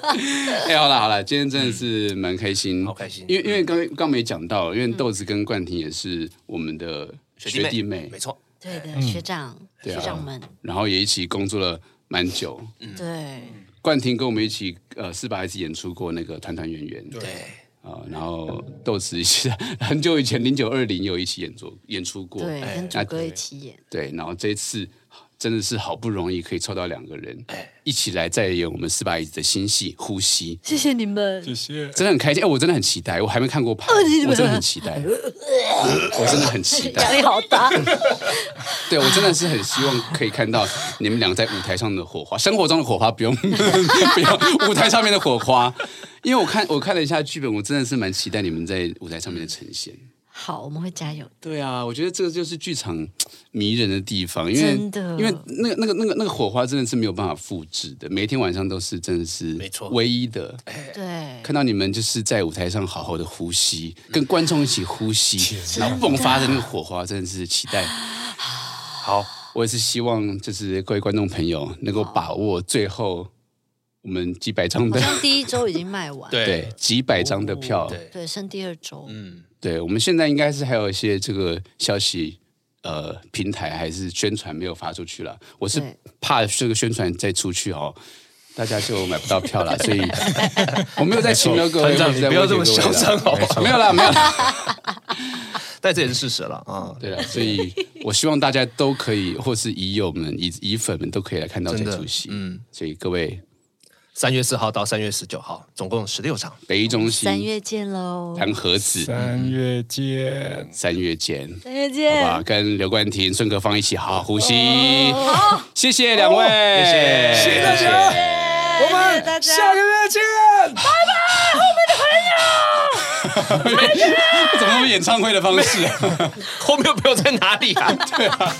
Speaker 2: 哎，好了好了，今天真的是蛮开心，
Speaker 1: 好开心
Speaker 2: 因为因为刚刚没讲到，因为豆子跟冠廷也是我们的学弟妹
Speaker 1: 没，错，
Speaker 4: 对的，学长，
Speaker 2: 对
Speaker 4: 学
Speaker 2: 啊
Speaker 4: 长们，
Speaker 2: 然后也一起工作了蛮久。
Speaker 4: 对，
Speaker 2: 冠廷跟我们一起呃四把一起演出过那个《团团圆圆》，对啊、然后豆子一起 很久以前零九二零有一起演出演出过，
Speaker 4: 对，跟主
Speaker 2: 那
Speaker 4: 哥一起演，
Speaker 2: 对，然后这一次真的是好不容易可以凑到两个人一起来再演我们四把椅子的新戏《呼吸》，
Speaker 4: 谢谢你们。
Speaker 3: 谢谢。
Speaker 2: 真的很开心。哎，我真的很期待，我还没看过牌，我真的很期待，我真的很期
Speaker 4: 压
Speaker 2: 待。
Speaker 4: 力好大，
Speaker 2: 对我真的是很希望可以看到你们俩在舞台上的火花，生活中的火花不用 不用，舞台上面的火花。因为我看我看了一下剧本，我真的是蛮期待你们在舞台上面的呈现。
Speaker 4: 好，我们会加油。
Speaker 2: 对啊，我觉得这个就是剧场迷人的地方，因为
Speaker 4: 真的
Speaker 2: 因为那个那个那个那个火花真的是没有办法复制的，每一天晚上都是真的是
Speaker 1: 没错哎
Speaker 2: 唯一的。
Speaker 4: 对，
Speaker 2: 看到你们就是在舞台上好好的呼吸，跟观众一起 呼吸，然后迸发的那个火花，真的是期 待。
Speaker 1: 好，
Speaker 2: 我也是希望就是各位观众朋友能够把握最后我们几百张
Speaker 4: 好
Speaker 2: 的
Speaker 4: 像第一周已经卖完，
Speaker 1: 对
Speaker 2: 对嗯几百张的票，
Speaker 1: 对
Speaker 4: 对，剩第二周，
Speaker 2: 对，我们现在应该是还有一些这个消息，呃，平台还是宣传没有发出去了。我是
Speaker 4: 对
Speaker 2: 怕这个宣传再出去哦，大家就买不到票了， 所以我没有在请各
Speaker 1: 团
Speaker 2: 位，
Speaker 1: 长
Speaker 2: 我只是在
Speaker 1: 你不要这
Speaker 2: 威
Speaker 1: 么
Speaker 2: 胁各位
Speaker 1: 嚣
Speaker 2: 啦
Speaker 1: 张好
Speaker 3: 啊
Speaker 1: 不好
Speaker 2: 没有啦，没有啦，
Speaker 1: 但这也是事实了啊。
Speaker 2: 对了，所以我希望大家都可以，或是乙友们、乙乙粉们都可以来看到这
Speaker 1: 真的
Speaker 2: 出戏。
Speaker 1: 嗯，
Speaker 2: 所以各位，
Speaker 1: 三月四号到三月十九号，总共十六场。
Speaker 2: 北一中心、
Speaker 4: 三月见喽，
Speaker 2: 谈盒子，
Speaker 3: 三月见，
Speaker 2: 三月见。
Speaker 4: 三月
Speaker 2: 好
Speaker 1: 嗯
Speaker 4: 见
Speaker 2: 吧，，跟刘冠廷、孙可芳一起好好呼吸。谢谢两位，
Speaker 1: 哦谢谢谢谢大家
Speaker 4: 我们大家
Speaker 3: 月见。
Speaker 2: 怎么那么演唱会的方式啊？
Speaker 1: 哎后面不知道在哪里啊？对啊。